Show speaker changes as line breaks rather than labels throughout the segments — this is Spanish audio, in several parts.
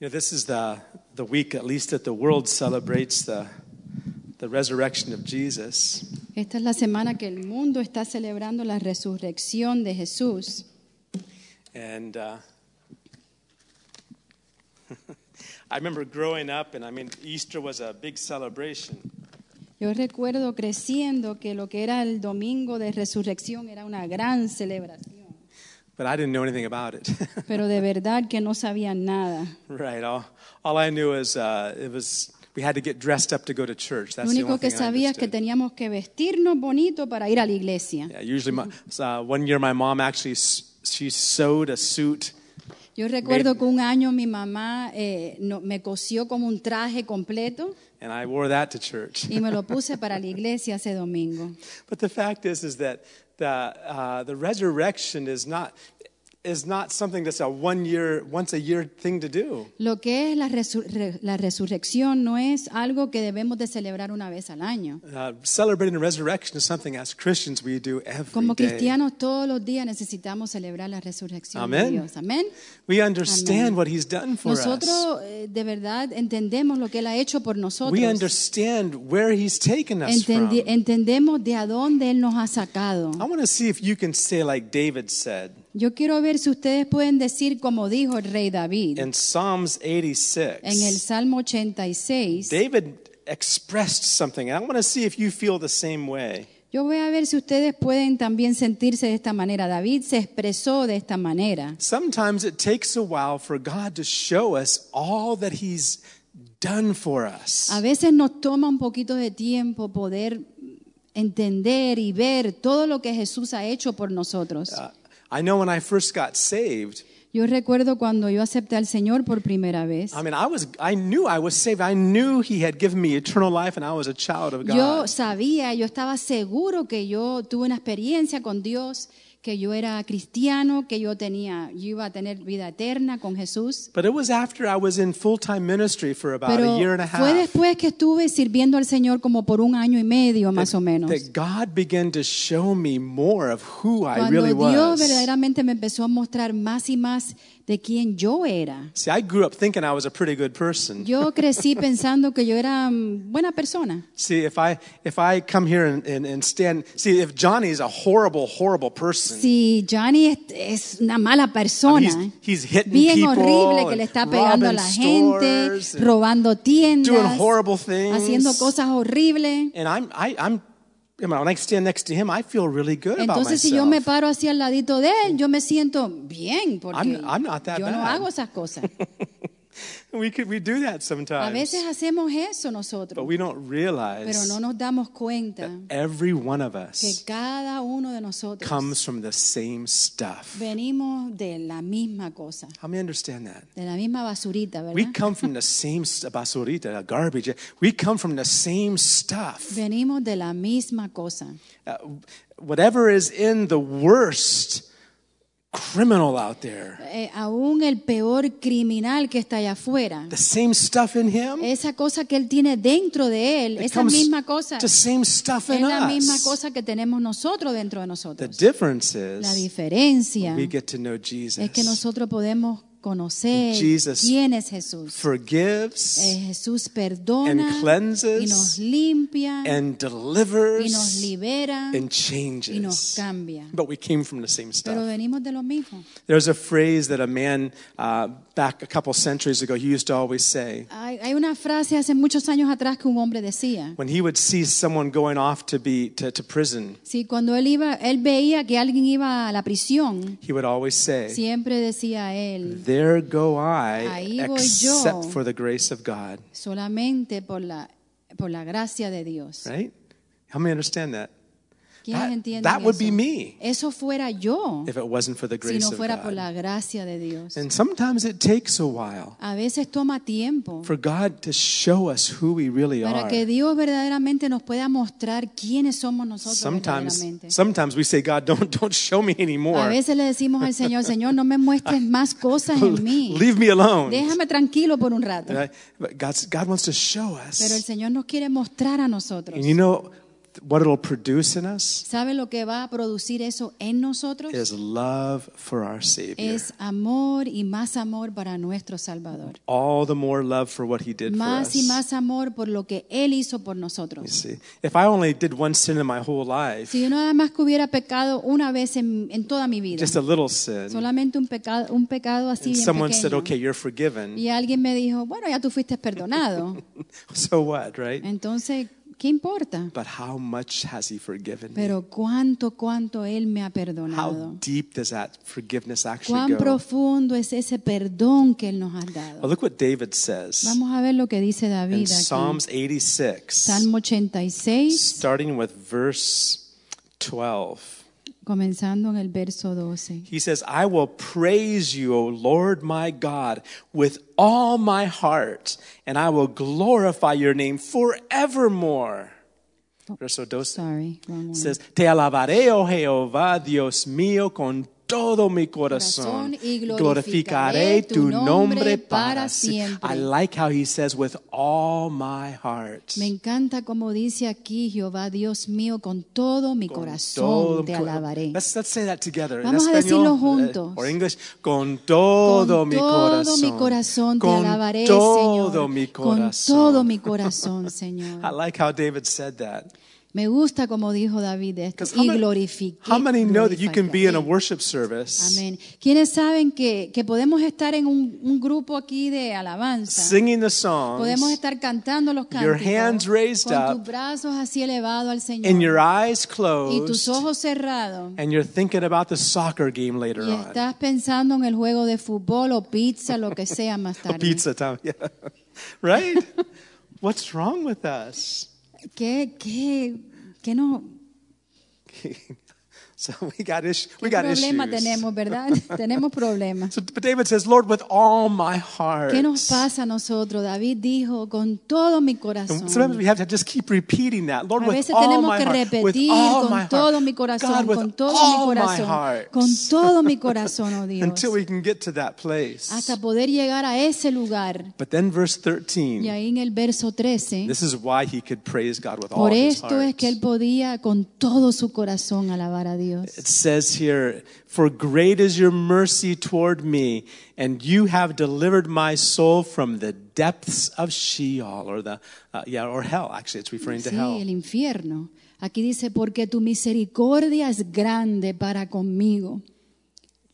You know, this is the, the week, at least that the world celebrates the, the resurrection of Jesus.
Esta es la semana que el mundo está celebrando la resurrección de Jesús.
And uh, I remember growing up, and I mean, Easter was a big celebration.
Yo recuerdo creciendo que lo que era el domingo de resurrección era una gran celebración,
But I didn't know anything about it.
pero de verdad que no sabía nada.
right. All, all I knew is uh, it was we had to get dressed up to go to church.
Lo
That's the
único
only
que
thing I
sabía es que
understood.
teníamos que vestirnos bonito para ir a la iglesia.
Yeah, usually, my, so, uh, one year my mom actually s- she sewed a suit.
Yo recuerdo que un año mi mamá eh, no- me cosió como un traje completo
And I wore that to church.
y me lo puse para la iglesia ese domingo.
But the fact is, is that the, uh, the resurrection is not, is not something that's a one year, once a year thing to do.
Lo que es la, resur- re- la resurrección no es algo que debemos de celebrar una vez al año.
Uh, celebrating the resurrection is something as Christians we do every
Como
day.
cristianos todos los días necesitamos celebrar la resurrección
Amén.
de Dios. Amén.
We understand
Amén.
what He's done for us.
Nosotros eh, de verdad entendemos lo que Él ha hecho por nosotros.
We understand where He's taken us
Entendi-
from. Oh.
entendemos de a dónde Él nos ha sacado.
I want to see if you can say, like David said
Yo quiero ver si ustedes pueden decir como dijo el rey David
in Psalms
en el
86.
Salmo 86.
David expressed something. I want to see if you feel the same way.
Yo voy a ver si ustedes pueden también sentirse de esta manera. David se expresó de esta manera.
Sometimes it takes a while for God to show us all that He's done for us.
A veces nos toma un poquito de tiempo poder entender y ver todo lo que Jesús ha hecho por nosotros.
Uh, I know when I first got saved,
Yo recuerdo cuando yo acepté al Señor por primera vez.
I mean, I was, I knew I was saved. I knew He had given me eternal life, and I was a child of
Yo
God.
sabía, yo estaba seguro que yo tuve una experiencia con Dios, que yo era cristiano, que yo tenía, yo iba a tener vida eterna con Jesús.
But it was after I was in full-time ministry for about
Pero
a year and a
fue
half
después que estuve sirviendo al Señor como por un año y medio más o menos.
that God began to show me more of who I
Cuando
really was.
Dios verdaderamente me empezó a mostrar más y más de quién yo era.
See, I grew up thinking I was a pretty good person.
Yo crecí pensando que yo era mm, buena persona.
See, if I if I come here and, and, and stand, see, if Johnny's a horrible, horrible person,
Si Johnny es, es una mala persona,
He's- he's hitting
bien
people
horrible que le está
and
pegando a la
robbing
gente,
stores and
robando tiendas,
doing horrible things.
haciendo cosas horribles.
And I'm, I, I'm, you know, when I stand next to him, I feel really good about
Entonces,
myself.
si yo me paro hacia el ladito de él, yo me siento bien porque
I'm- I'm not that
yo no
bad.
hago esas cosas.
we could, we do that
A
sometimes,
veces hacemos eso
but
nosotros,
we don't
pero
realize
no nos damos cuenta
every one of
que
us
cada uno de nosotros
comes from the same stuff.
venimos de la misma cosa,
How many understand that?
de la misma basurita, ¿verdad?
We come from the same st- basurita, garbage. We come from the same stuff.
Venimos de la misma cosa.
Uh, whatever is in the worst criminal out there,
Eh, aún el peor criminal que está allá afuera,
the same stuff in him
esa cosa que él tiene dentro de él,
It
esa
comes
misma cosa,
The
es
same stuff in us.
la misma cosa que tenemos nosotros dentro de
The
nosotros.
difference
La
is
diferencia
we get to know Jesus.
es que nosotros podemos conocer
Jesus
quién es Jesús. Eh,
forgives
Jesús perdona
and cleanses
y nos limpia
and
y
delivers
nos libera
and
y nos
changes.
cambia.
But we came from the same
Pero
stuff.
venimos de lo mismo.
There's a phrase that a man uh, back a couple centuries ago he used to always say
Hay, hay una frase hace muchos años atrás que un hombre decía.
when he would see someone going off to be to, to prison.
Sí, cuando él iba, él veía que alguien iba a la prisión,
He would always say,
siempre decía él,
"There go I,
Ahí voy yo.
except for the grace of God."
solamente por la por la gracia de Dios.
Right? Help me understand that.
¿Quiénes
That-
entienden
Ah, that would
eso?
be me.
Eso fuera yo
if it wasn't for the
si
grace
no fuera
of
por
God.
la gracia de Dios.
And sometimes it takes a while
A veces toma tiempo
for God to show us who we really
para
are.
que Dios verdaderamente nos pueda mostrar quiénes somos nosotros
Sometimes,
verdaderamente.
sometimes we say, God, don't don't show me
A
anymore.
veces le decimos al Señor, Señor, no me muestres más cosas en mí.
Leave me alone.
Déjame tranquilo por un rato.
Right? But God's, God wants to show
Pero el
us.
Señor nos quiere mostrar a nosotros.
And you know, what it'll produce in us
¿Sabe lo que va a producir eso en nosotros?
is love for our Savior.
Es amor y más amor para nuestro Salvador.
All the more love for what He did for
Más y
us.
más amor por lo que Él hizo por
You
nosotros.
see, if I only did one sin in my whole life,
Si yo nada más que hubiera pecado una vez en, en toda mi vida,
just a little sin,
solamente un pecado, un pecado así
and
bien
someone said,
pequeño,
okay, you're forgiven,
y alguien me dijo, bueno, ya tú fuiste perdonado,
so what, right?
entonces, ¿qué importa?
But how much has He forgiven me?
Pero cuánto, cuánto Él me ha
How
perdonado.
deep does that forgiveness actually
Cuán
go?
profundo es ese perdón que Él nos ha
Well,
dado.
look what David says
Vamos a ver lo que dice
in
David aquí.
Psalms 86,
Salmo 86,
starting with verse 12.
comenzando en el verso 12.
He says, I will praise you, O Lord my God, with all my heart, and I will glorify your name forevermore. Verso 12
Sorry, wrong one.
says, Te alabaré, oh Jehová, Dios mío, con todo mi corazón.
Corazón, y glorificaré tu nombre para siempre.
I like how he says, with all my heart.
Me encanta como dice aquí Jehová, Dios mío, con todo mi
Con
corazón
todo-
te alabaré.
Let's, let's say that together.
Vamos
en
a decirlo
español, eh,
juntos.
or English, con todo,
con
mi
todo
corazón.
mi corazón te
con
alabaré,
todo
Señor.
mi
Con
corazón.
todo mi corazón,
I
Señor.
like how David said that.
Me gusta como dijo David esto.
'Cause
Y
many-
glorifique.
how many know that you can be in a
glorificaré.
worship service
Amén. ¿Quiénes saben que, que podemos estar en un, un grupo aquí de alabanza?
singing the songs
Podemos estar cantando los
Your
cánticos
hands raised
con
up,
tus brazos así elevados al
and your
Señor
eyes
y tus
closed
ojos cerrados
and you're thinking about the soccer game later
y
on.
estás pensando en el juego de fútbol o pizza, lo que sea más
Oh,
tarde.
pizza time. Yeah. right? What's wrong with us?
¿Qué, qué, qué, no,
so we got issues.
qué
We got
problema
issues.
tenemos, verdad? tenemos problemas.
So but David says, Lord, with all my heart.
¿Qué nos pasa a nosotros? David dijo, con todo mi
And sometimes
corazón.
we have to just keep repeating that. Lord,
A
with
veces
all
tenemos
my
que
heart. With
repetir
all my
con todo
heart.
mi corazón,
God, with
con todo mi
all my
corazón,
heart.
con todo mi corazón, oh Dios,
Until we can get to that place.
hasta poder llegar a ese lugar.
But then verse
Y
13,
ahí en el verso 13,
this is why he could praise God with all
por
his
esto
heart.
es que él podía con todo su corazón alabar a Dios.
It says here, For great is your mercy toward me, and you have delivered my soul from the depths of Sheol, or the, uh, yeah, or hell, actually, it's referring to
Sí,
hell.
el infierno. Aquí dice, porque tu misericordia es grande para conmigo.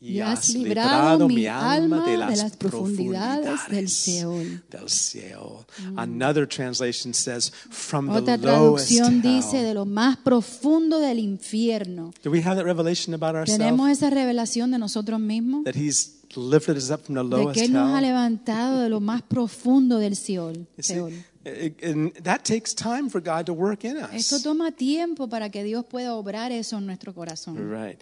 Y
has librado mi alma de las profundidades del Seol. Mm.
del Seol. Another translation says, from
Otra
the lowest
traducción
hell.
dice, de lo más profundo del infierno.
Do we have that revelation about ourselves?
¿Tenemos esa revelación de nosotros mismos?
That he's lifted us up from the
De
lowest
que Él nos ha
hell?
levantado de lo más profundo del Seol.
You see,
Seol.
it- and that takes time for God to work in
Esto
us.
toma tiempo para que Dios pueda obrar eso en nuestro corazón.
Right.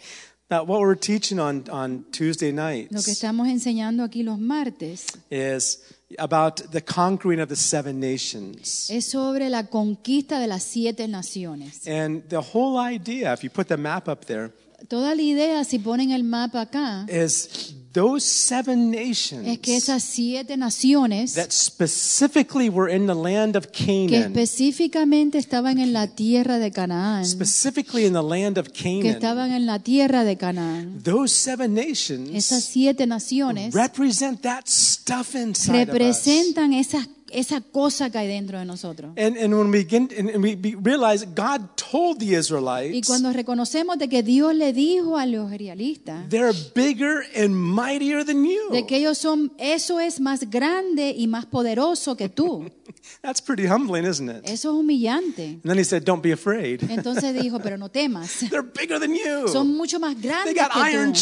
Now, what we're teaching on, on Tuesday
Lo que
nights
estamos enseñando aquí los martes
is about the conquering of the seven nations.
es sobre la conquista de las siete naciones.
And the whole idea, if you put the map up there,
Toda la idea, si ponen el mapa acá,
is those seven nations
es que esas siete naciones
that specifically were in the land of
que
Canaan,
específicamente estaban en la tierra de Canaán,
specifically in the land of
que
Canaan,
estaban en la tierra de Canaán,
those seven
esas
nations
siete naciones
represent that stuff inside of us.
representan esas- esa cosa que hay dentro de nosotros.
And, and when we begin, and and we be- realize God told the
Y
Israelites,
cuando reconocemos de que Dios le dijo a los realistas
they're bigger and mightier than
de
you.
que ellos son, eso es más grande y más poderoso que tú.
That's pretty humbling, isn't it? And
Eso es humillante.
then he said, don't be afraid.
Entonces dijo, pero no temas.
They're bigger than
Son
you.
mucho más
They
grandes
got iron
que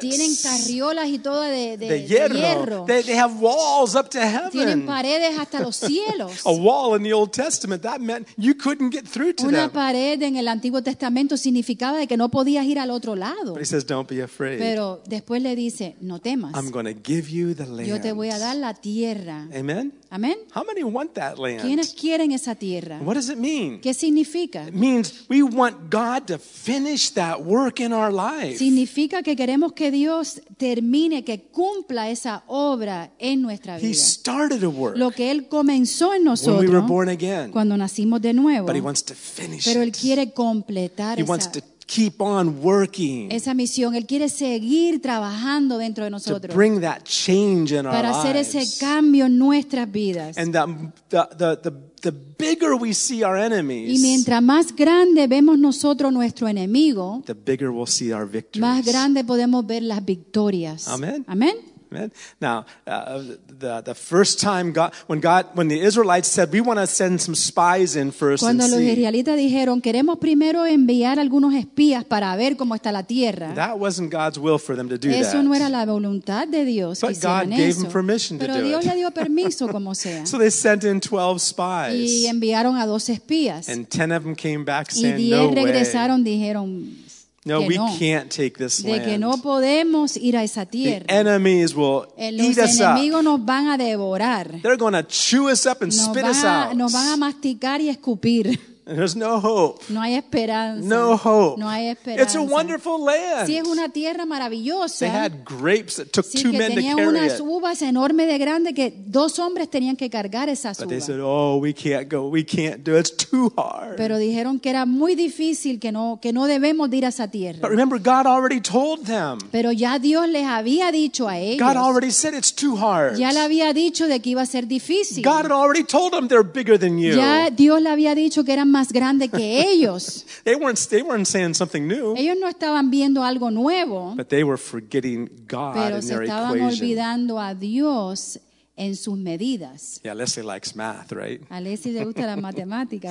tú. Tienen
chariots.
carriolas y todo de, de-
de
de
hierro.
hierro.
They, they have walls up to
Tienen
heaven.
paredes hasta los cielos.
A wall in the Old Testament, that meant you couldn't get through to
Una
them.
pared en el Antiguo Testamento significaba de que no podías ir al otro lado.
But he says, Don't be afraid.
Pero después le dice, no temas.
I'm going to give you the
Yo te voy a dar
land.
la tierra.
Amen?
Amén.
How many want that land?
¿Quiénes quieren esa tierra?
What does it mean?
¿Qué significa?
It means we want God to finish that work in our life.
Significa que queremos que Dios termine, que cumpla esa obra en nuestra
He
vida.
started a work.
Lo que Él comenzó en
when we were
nosotros
born again.
cuando nacimos de nuevo.
But He wants to finish
Pero Él
it.
quiere completar
He wants
esa,
to keep on working
esa misión. Él quiere seguir trabajando dentro de
to
nosotros
bring that change in our
para hacer ese
lives.
cambio en nuestras vidas.
And the, the, the, the, the bigger we see our
Y
enemies,
mientras más grande vemos nosotros nuestro enemigo,
the bigger we'll see our victories.
más grande podemos ver las victorias.
Amén.
Amén.
Amen. Now, uh, the, the first time God, when God, when the Israelites said, we want to send some spies in first and
Cuando los
see,
israelitas dijeron, queremos primero enviar algunos espías para ver cómo está la tierra,
that wasn't God's will for them to do
eso
that.
no era la voluntad de Dios.
But
que hicieran
God gave
eso.
them permission to
Pero
do
Dios
it.
le dio permiso, como sea.
So they sent in 12 spies.
Y enviaron a dos espías.
And 10 of them came back
Y
saying, no
diez
way.
regresaron, dijeron
No,
que
we
no,
can't take this
de que
land.
no podemos ir a esa
The
tierra.
enemies will
Eh,
eat
Los
us up.
enemigos nos van a devorar.
They're going to chew us up and
Nos
spit
van,
us
a,
out.
nos van a masticar y escupir.
And There's no hope.
No hay esperanza.
No hope.
No hay esperanza.
It's a wonderful land.
Si es una tierra
They
maravillosa.
had grapes that took
Sí,
two
que
men to
tenían
carry
unas
it.
uvas enormes de grande que dos hombres tenían que cargar esas
But they
uvas.
said, "Oh, we can't go. We can't do it. It's too hard."
Pero dijeron que era muy difícil, que no, que no debemos de ir a esa
But
tierra.
remember, God already told them.
Pero ya Dios les había dicho a ellos,
God already said it's too hard.
ya le había dicho de que iba a ser difícil.
God had already told them they're bigger than you.
Ya Dios le había dicho que eran más grandes que ellos.
They weren't. They weren't saying something new.
Ellos no estaban viendo algo nuevo,
But they were forgetting God
pero
in
se
their
estaban
equation.
olvidando a Dios en sus medidas.
Yeah, Leslie likes math, right?
A Leslie le gusta la matemática,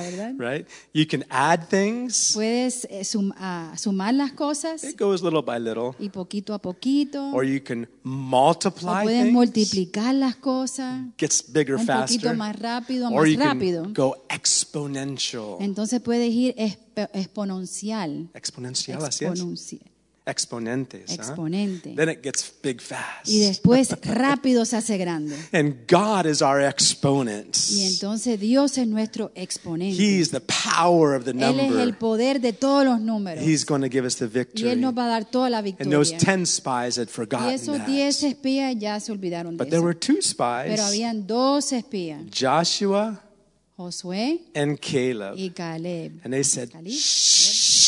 ¿verdad?
Right? You can add things.
Puedes eh, sum- ah, sumar las cosas
It goes little by little.
y poquito a poquito.
Or you can
O
multiply
puedes
things.
multiplicar las cosas
Gets bigger
un
faster.
poquito más rápido,
Or
más
you can
rápido.
go exponential.
Entonces puedes ir exp- exponencial.
Exponencial, así es.
exponunci-
Exponentes. huh?
Exponente.
Then it gets big fast.
Y después rápido se hace grande.
And God is our exponent.
Y entonces Dios es nuestro exponente.
He's the power of the
Él es el
number.
poder de todos los números.
He's going to give us the
Y
victory.
Él nos va a dar toda la
And those
victoria.
10 spies had
Y
forgotten
esos 10
that.
espías ya se olvidaron de
But there
eso.
were two
Pero
spies,
habían dos espías,
Joshua
Josué
and Caleb.
y Caleb.
And they said,
Caleb.
shh.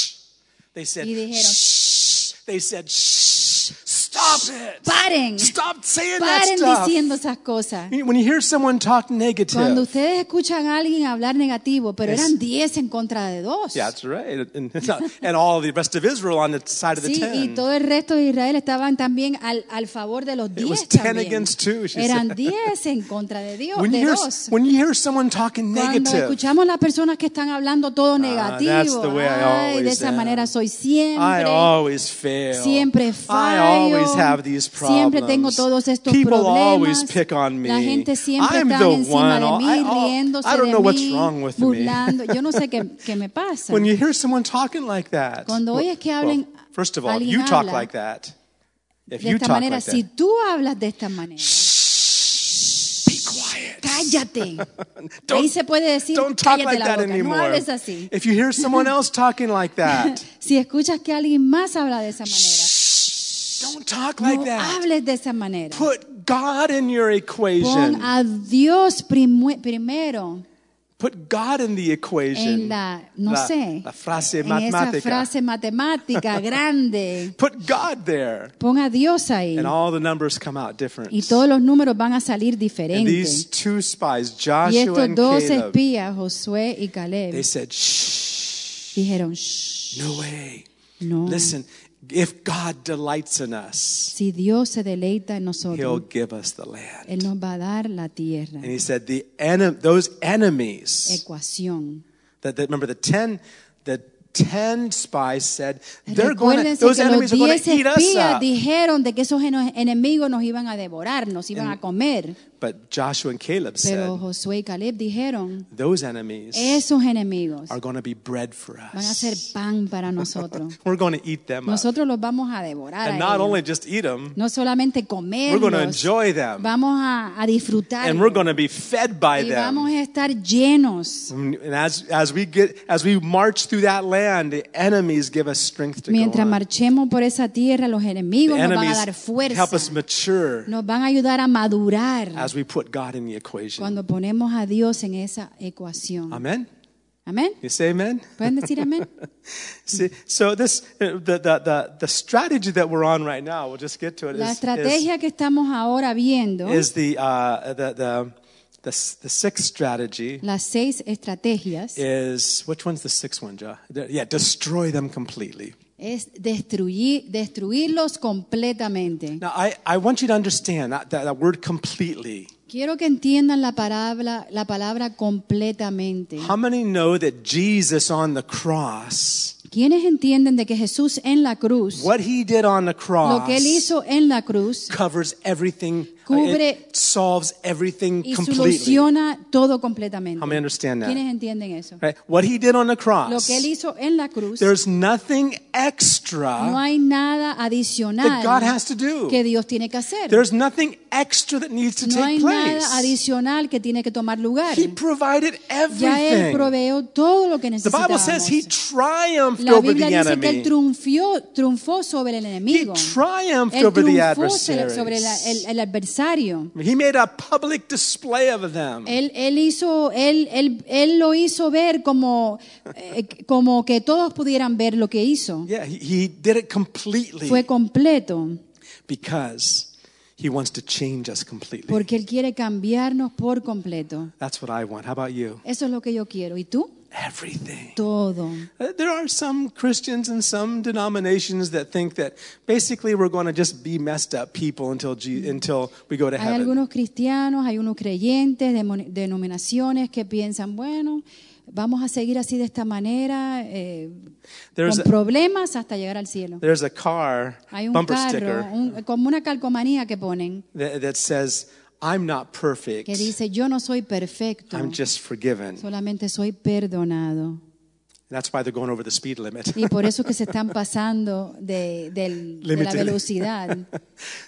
They said,
Y dijeron,
shh. They said, shh. Stop it.
Paren,
Stop saying that
paren
stuff.
diciendo esas cosas.
When you hear someone talk
Cuando
negative,
ustedes escuchan a alguien hablar negativo, pero
Es-
eran 10 en contra de dos.
Yeah, that's right. And, and- and all the rest of Israel on the side of the
Sí, y
ten.
todo el resto de Israel estaban también al, al favor de los
It was
10
10
también.
against two, she
Eran
said.
10 en contra de Dios,
When
de
you, hear,
dos.
when you hear someone talking
Cuando
negative, Ah,
escuchamos las personas que están hablando todo
that's
negativo,
the way I
ay, de
always
esa
am.
manera soy
I
siempre.
always fail.
Siempre
I
fallo.
always have these problems.
Siempre tengo todos estos
People always
problemas.
pick on me.
La gente siempre
I'm
está
the
encima
one.
de mí,
I, all-
riéndose
I don't
de
know
mí,
what's wrong with
burlando.
me.
Yo no sé qué, qué me pasa.
when you hear someone talking like that,
Cuando oyes que hablen-
well, first of all, if
alguien
you talk
habla
like that. If you
de esta
talk
manera,
like
si
that,
tú hablas de esta manera,
be quiet.
cállate.
Don't-
Ahí se puede decir,
Don't talk
cállate
like
la
that
boca,
anymore.
no hables así.
If you hear someone else talking like that,
Si escuchas que alguien más habla de esa manera,
don't talk like
no
that.
hables de esa manera.
Put God in your equation.
Pon a Dios primu- primero
Put God in the equation.
en la, no
La-
sé,
la frase
en esa
matemática.
frase matemática grande.
Put God there.
Pon a Dios ahí
And all the numbers come out different.
y todos los números van a salir
and these
diferentes.
two spies,
Y
Joshua
estos
and
dos
Caleb,
espías, Josué
they
y Caleb,
said, shh,
dijeron, "Shh,
no way.
no,
Listen, if God delights in us,
si Dios se deleita en
he'll
nosotros,
give us the land.
Él nos va a dar la tierra.
And he said, the enem- those enemies,
Ecuación.
that, that- remember the 10, the 10 spies said, they're going to,
Recuérdense
those
que los
enemies are going
10
to eat us
espías
up.
dijeron de que esos eno- enemigos nos iban a devorar, nos iban a comer.
But Joshua and Caleb
Pero
said,
Josué y Caleb dijeron,
those enemies
esos enemigos
are going to be bread for
van a
us.
ser pan para nosotros.
We're going to eat them up.
Nosotros los vamos a devorar.
And
a
not
ellos.
only just eat them,
no solamente
we're going to
comerlos,
enjoy them.
vamos a, a disfrutar
And we're going to be fed by
y vamos
them.
a estar llenos.
And as, as we get, as we march through that land, the enemies give us strength to go
Mientras
on.
marchemos por esa tierra, los
The
enemigos nos van a
enemies
dar
help us
fuerza,
mature
nos van a ayudar a
as
madurar
we put God in the equation.
cuando ponemos a Dios en esa ecuación.
Amen?
Amén.
You say amen?
¿Pueden decir amén?
See, so this, uh, the, the, the, the strategy that we're on right now, we'll just get to it,
La
is, is,
estrategia que estamos ahora viendo,
is the, uh, the, the, the, s- the sixth strategy
las seis estrategias,
is, which one's the sixth one, Joe? Yeah, destroy them completely.
es destruir, destruirlos completamente.
Now, I, I want you to understand that, that, that word completely.
Quiero que entiendan la palabra, la palabra completamente.
How many know that Jesus on the cross,
¿Quiénes entienden de que Jesús en la cruz,
what he did on the
lo que
cross,
él hizo en la cruz,
covers everything,
Cubre-
it solves everything
y
completely?
soluciona todo completamente?
How many understand that?
¿Quiénes entienden eso?
Right? What he did on the
Lo
cross,
que él hizo en la cruz,
there's nothing
no
extra
hay nada
that God
adicional
has to do.
que Dios tiene que hacer.
There's nothing extra that needs to
No hay
take
nada
place.
adicional que tiene que tomar lugar.
He provided
Ya él
everything.
proveyó todo lo que
The Bible says he
necesitábamos.
triumphed
La
over the
Biblia dice que él
enemy.
triunfió, triunfó sobre el
He
enemigo.
triumphed
Él
over the
triunfó sobre
adversaries.
sobre la- el, el adversario.
He made a public display of them.
Él, él hizo, él, él, él lo hizo ver como, eh, como que todos pudieran ver lo que hizo.
Yeah, he, he did it completely
Fue completo,
because he wants to change us completely.
porque él quiere cambiarnos por completo.
That's what I want. How about you?
Eso es lo que yo quiero. ¿Y tú?
Everything.
Todo.
Uh, There are some Christians and some denominations that think that basically we're going to just be messed up people until Je- until we go to
Hay
heaven.
algunos cristianos, hay unos creyentes, demo- denominaciones que piensan, bueno, vamos a seguir así de esta manera, eh,
There's
con
a-
problemas hasta llegar al cielo.
There's a car
Hay un
bumper
carro,
sticker
un- como una calcomanía que ponen,
that, that says, "I'm not perfect.
que dice, yo no soy perfecto,
I'm just forgiven."
solamente soy perdonado.
That's why they're going over the speed limit.
Y por eso es que se están pasando de, del- de la
Limited.
velocidad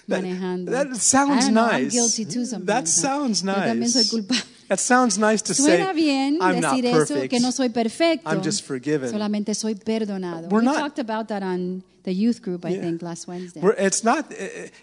manejando.
that sounds
I don't know, I'm
nice.
guilty too sometimes.
That sounds
Yo también soy
nice.
culpable.
That sounds nice to
Suena
say,
bien
I'm not
decir eso,
perfect.
que no soy perfecto.
I'm just forgiven.
Solamente soy perdonado.
We're
We
not-
talked about that on the youth group, I
Yeah.
think, last Wednesday.
We're- it's not.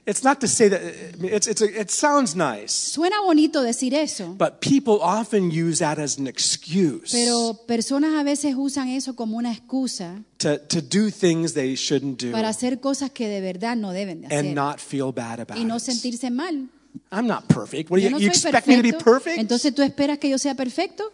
It's not to say that. It's, it's a, it sounds nice,
Suena bonito decir eso,
but people often use that as an excuse
pero personas a veces usan eso como una excusa
to, to do things they shouldn't do
para hacer cosas que de verdad no deben de
and
hacer
not feel bad about
y no
it.
sentirse mal.
I'm not perfect. What do
Yo
you,
no
you
soy
expect me to be
perfecto.
perfect?
Entonces tú esperas que yo sea perfecto?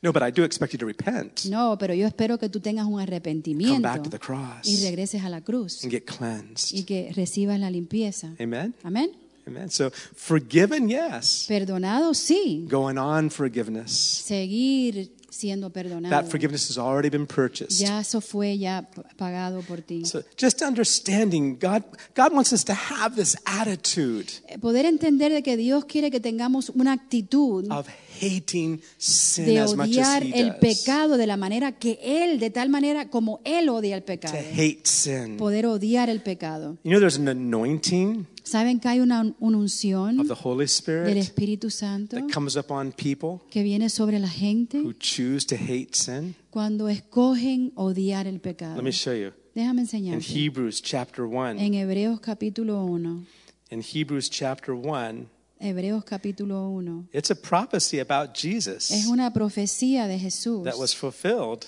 no, but I do expect you to repent,
No, pero yo espero que tú tengas un
come back to
arrepentimiento
the cross,
y regreses a la cruz
and get cleansed.
y que recibas la limpieza.
Amen.
Amén.
Amen. So forgiven, yes.
Perdonado, sí.
Going on forgiveness.
Seguir siendo
That
perdonado.
forgiveness has already been purchased.
Ya eso fue ya p- pagado por ti.
So just understanding God God wants us to have this attitude
Eh, Poder entender de que Dios quiere que tengamos una actitud
of hating sin
de
as much as
odiar
he
el
does.
pecado de la manera que Él, de tal manera como Él odia el
To
pecado.
hate sin.
Poder odiar el pecado.
You know there's an anointing
¿Saben que hay una un- una
of
unción
the Holy
Mm-hmm. del
Spirit
Espíritu Mm-hmm. Santo
that comes upon people
que viene sobre la gente
who choose to hate sin.
cuando escogen odiar el pecado?
Let me show you.
Déjame
In
enseñar.
Hebrews chapter 1.
En Hebreos capítulo 1.
In Hebrews chapter 1,
Hebreos capítulo 1.
it's a prophecy about
Es
Jesus
una profecía de Jesús
that was fulfilled,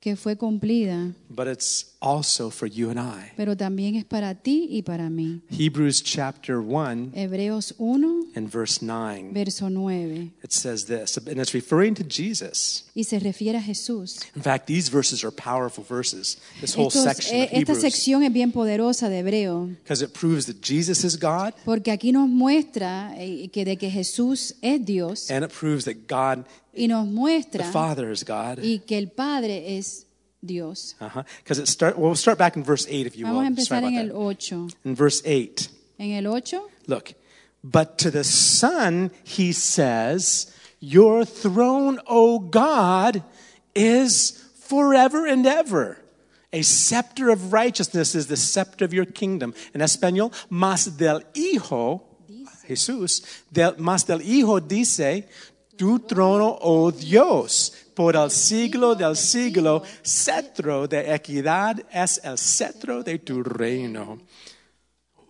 que fue cumplida,
but it's also for you and I.
pero también es para ti y para mí.
Hebrews chapter 1
Hebreos 1,
and verse 9.
verso 9.
It says this, and it's referring to Jesus.
Y se refiere a Jesús.
In fact, these verses are powerful verses. This whole
Estos-
section
eh,
of
esta
Hebrews,
sección es bien poderosa de Hebreo,
because it proves that Jesus is God,
porque aquí nos muestra eh, que de que Jesús es Dios
and it proves that God,
y nos
the
muestra
Father, is God.
y que el Padre es Dios.
Because it start. Well, we'll start back in verse eight, if you
Vamos a
will. Sorry
empezar en
about
el
that.
8.
In verse eight,
En el 8,
look. But to the Son, He says, "Your throne, O God, is forever and ever." A scepter of righteousness is the scepter of your kingdom. En español, mas del Hijo, Jesús, del, mas del Hijo dice, Tu trono, oh Dios, por el siglo del siglo, cetro de equidad es el cetro de tu reino.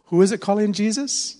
Who is it calling Jesus?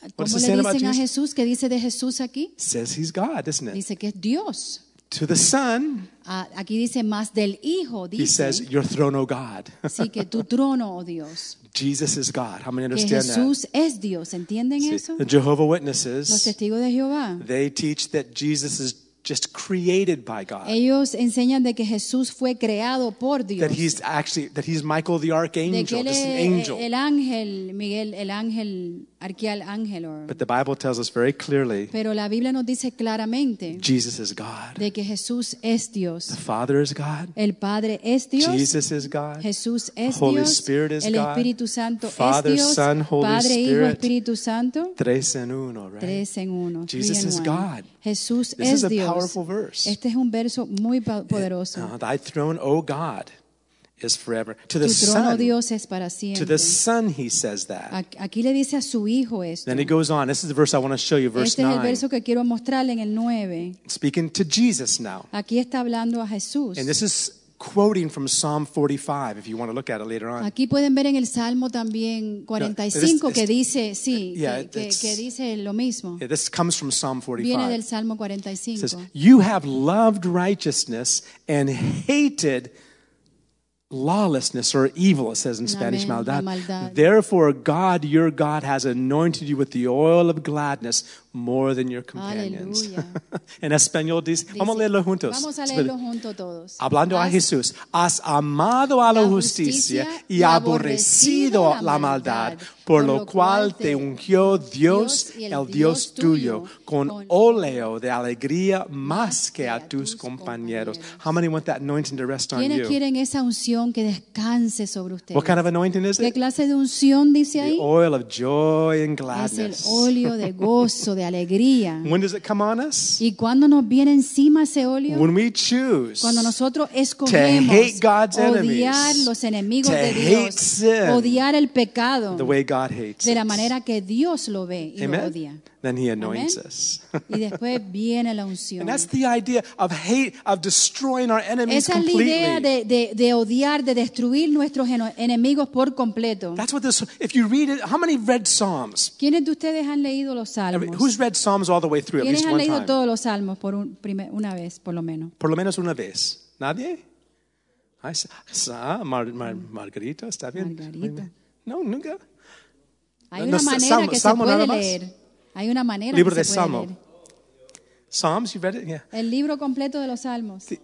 What does
¿Cómo
it
le
say about
dicen a
Jesus?
Jesús? ¿Qué dice de Jesús aquí?
Says he's God, doesn't it?
Dice que es Dios.
To the Son,
Ah, aquí dice más del Hijo,
he
dice.
says, Your throne, oh God.
Sí, que tu trono, oh Dios.
Jesus is God. How many
Que
understand that?
Jesús es Dios. ¿Entienden
See,
eso?
the Jehovah
Los
Witnesses,
testigos de Jehová.
they teach that Jesus is just created by God.
Ellos enseñan de que Jesús fue creado por Dios.
That he's actually, that he's Michael the
De que
archangel, just an
él es
angel.
el ángel, Miguel, el ángel, arquial ángel. or-
But the Bible tells us very clearly
Pero la Biblia nos dice claramente
Jesus is God.
de que Jesús es
The
Dios.
Father is God.
El Padre es Dios.
Jesus is God.
Jesús es
Holy
Dios.
Spirit is
el
God.
Espíritu Santo
Father,
es Dios.
Son, Holy
Padre, Hijo,
Spirit.
Espíritu Santo.
Tres en uno, right?
Tres en uno. three
Jesus
in
is
one.
God.
Jesús
This
es
is a
Dios.
powerful verse.
Este es un verso muy pa- poderoso.
Uh, thy throne, O God, is forever. To the
tu trono,
Son,
Dios, es para
to
siempre.
the Son, he says that.
Ac- Aquí le dice a su hijo esto.
Then he goes on. This is the verse I want to show you, verse
Este es el
9.
verso que quiero mostrarle en el 9.
Speaking to Jesus now.
Aquí está hablando a Jesús.
And this is quoting from Psalm 45, if you want to look at it later on.
Aquí pueden ver en el Salmo también 45
it's-
que dice, sí,
yeah,
que, que-
it's-
que dice lo mismo.
Yeah, this comes from Psalm
Viene
45.
del Salmo
It
45.
says, You have loved righteousness and hated lawlessness or evil, it says in Spanish,
Amén, la
maldad.
maldad.
Therefore, God, your God, has anointed you with the oil of gladness more than your companions.
Aleluya.
en español dice, vamos a
Dice,
leerlo juntos.
Vamos a
Espera.
leerlo juntos todos.
Hablando a
Has-
Jesús, has amado a la
la
justicia
justicia
y aborrecido la maldad, por lo cual te ungió Dios,
Dios y el
el
Dios
Dios tuyo,
tuyo,
con
con
óleo de alegría más que a tus compañeros.
compañeros.
How many want that anointing to rest on
¿Quiénes
you?
quieren esa unción que descanse sobre ustedes?
What kind of anointing is
¿Qué
it?
clase de unción dice
The
ahí?
oil of joy and
Es el
gladness.
óleo de gozo, de alegría.
When does it come on us?
¿Y cuando nos viene encima ese óleo?
When we choose
Cuando
to
nosotros escogemos
hate God's
odiar
enemies,
los enemigos
to
de
hate
Dios,
sin
odiar el pecado
the way God hates
de la
it.
manera que Dios lo ve y lo
Amen.
odia.
Then he anoints
Amen.
us.
Y después viene la unción.
And that's the idea of hate, of destroying our enemies
Esa es la idea
completely.
de, de- de odiar, de destruir nuestros eno- enemigos por completo.
That's what this, if you read it, how many read Psalms?
¿Quiénes de ustedes han leído los
I mean,
salmos?
Who's read Psalms all the way through at
¿Quiénes
least
han
one
leído
time?
todos los salmos por un- primer- una vez, por lo menos?
Por lo menos una vez. ¿Nadie? Ay, sa- sa- Mar, Mar- Margarita, ¿está bien?
Margarita.
No, nunca.
Hay
No,
una
no,
manera
Salmo-
que se
Salmo
puede
nada más.
leer. Hay una manera
Libro
que
de
se puede
Salmo.
leer.
Psalms, you read it? Yeah.
El libro completo de los salmos.
The,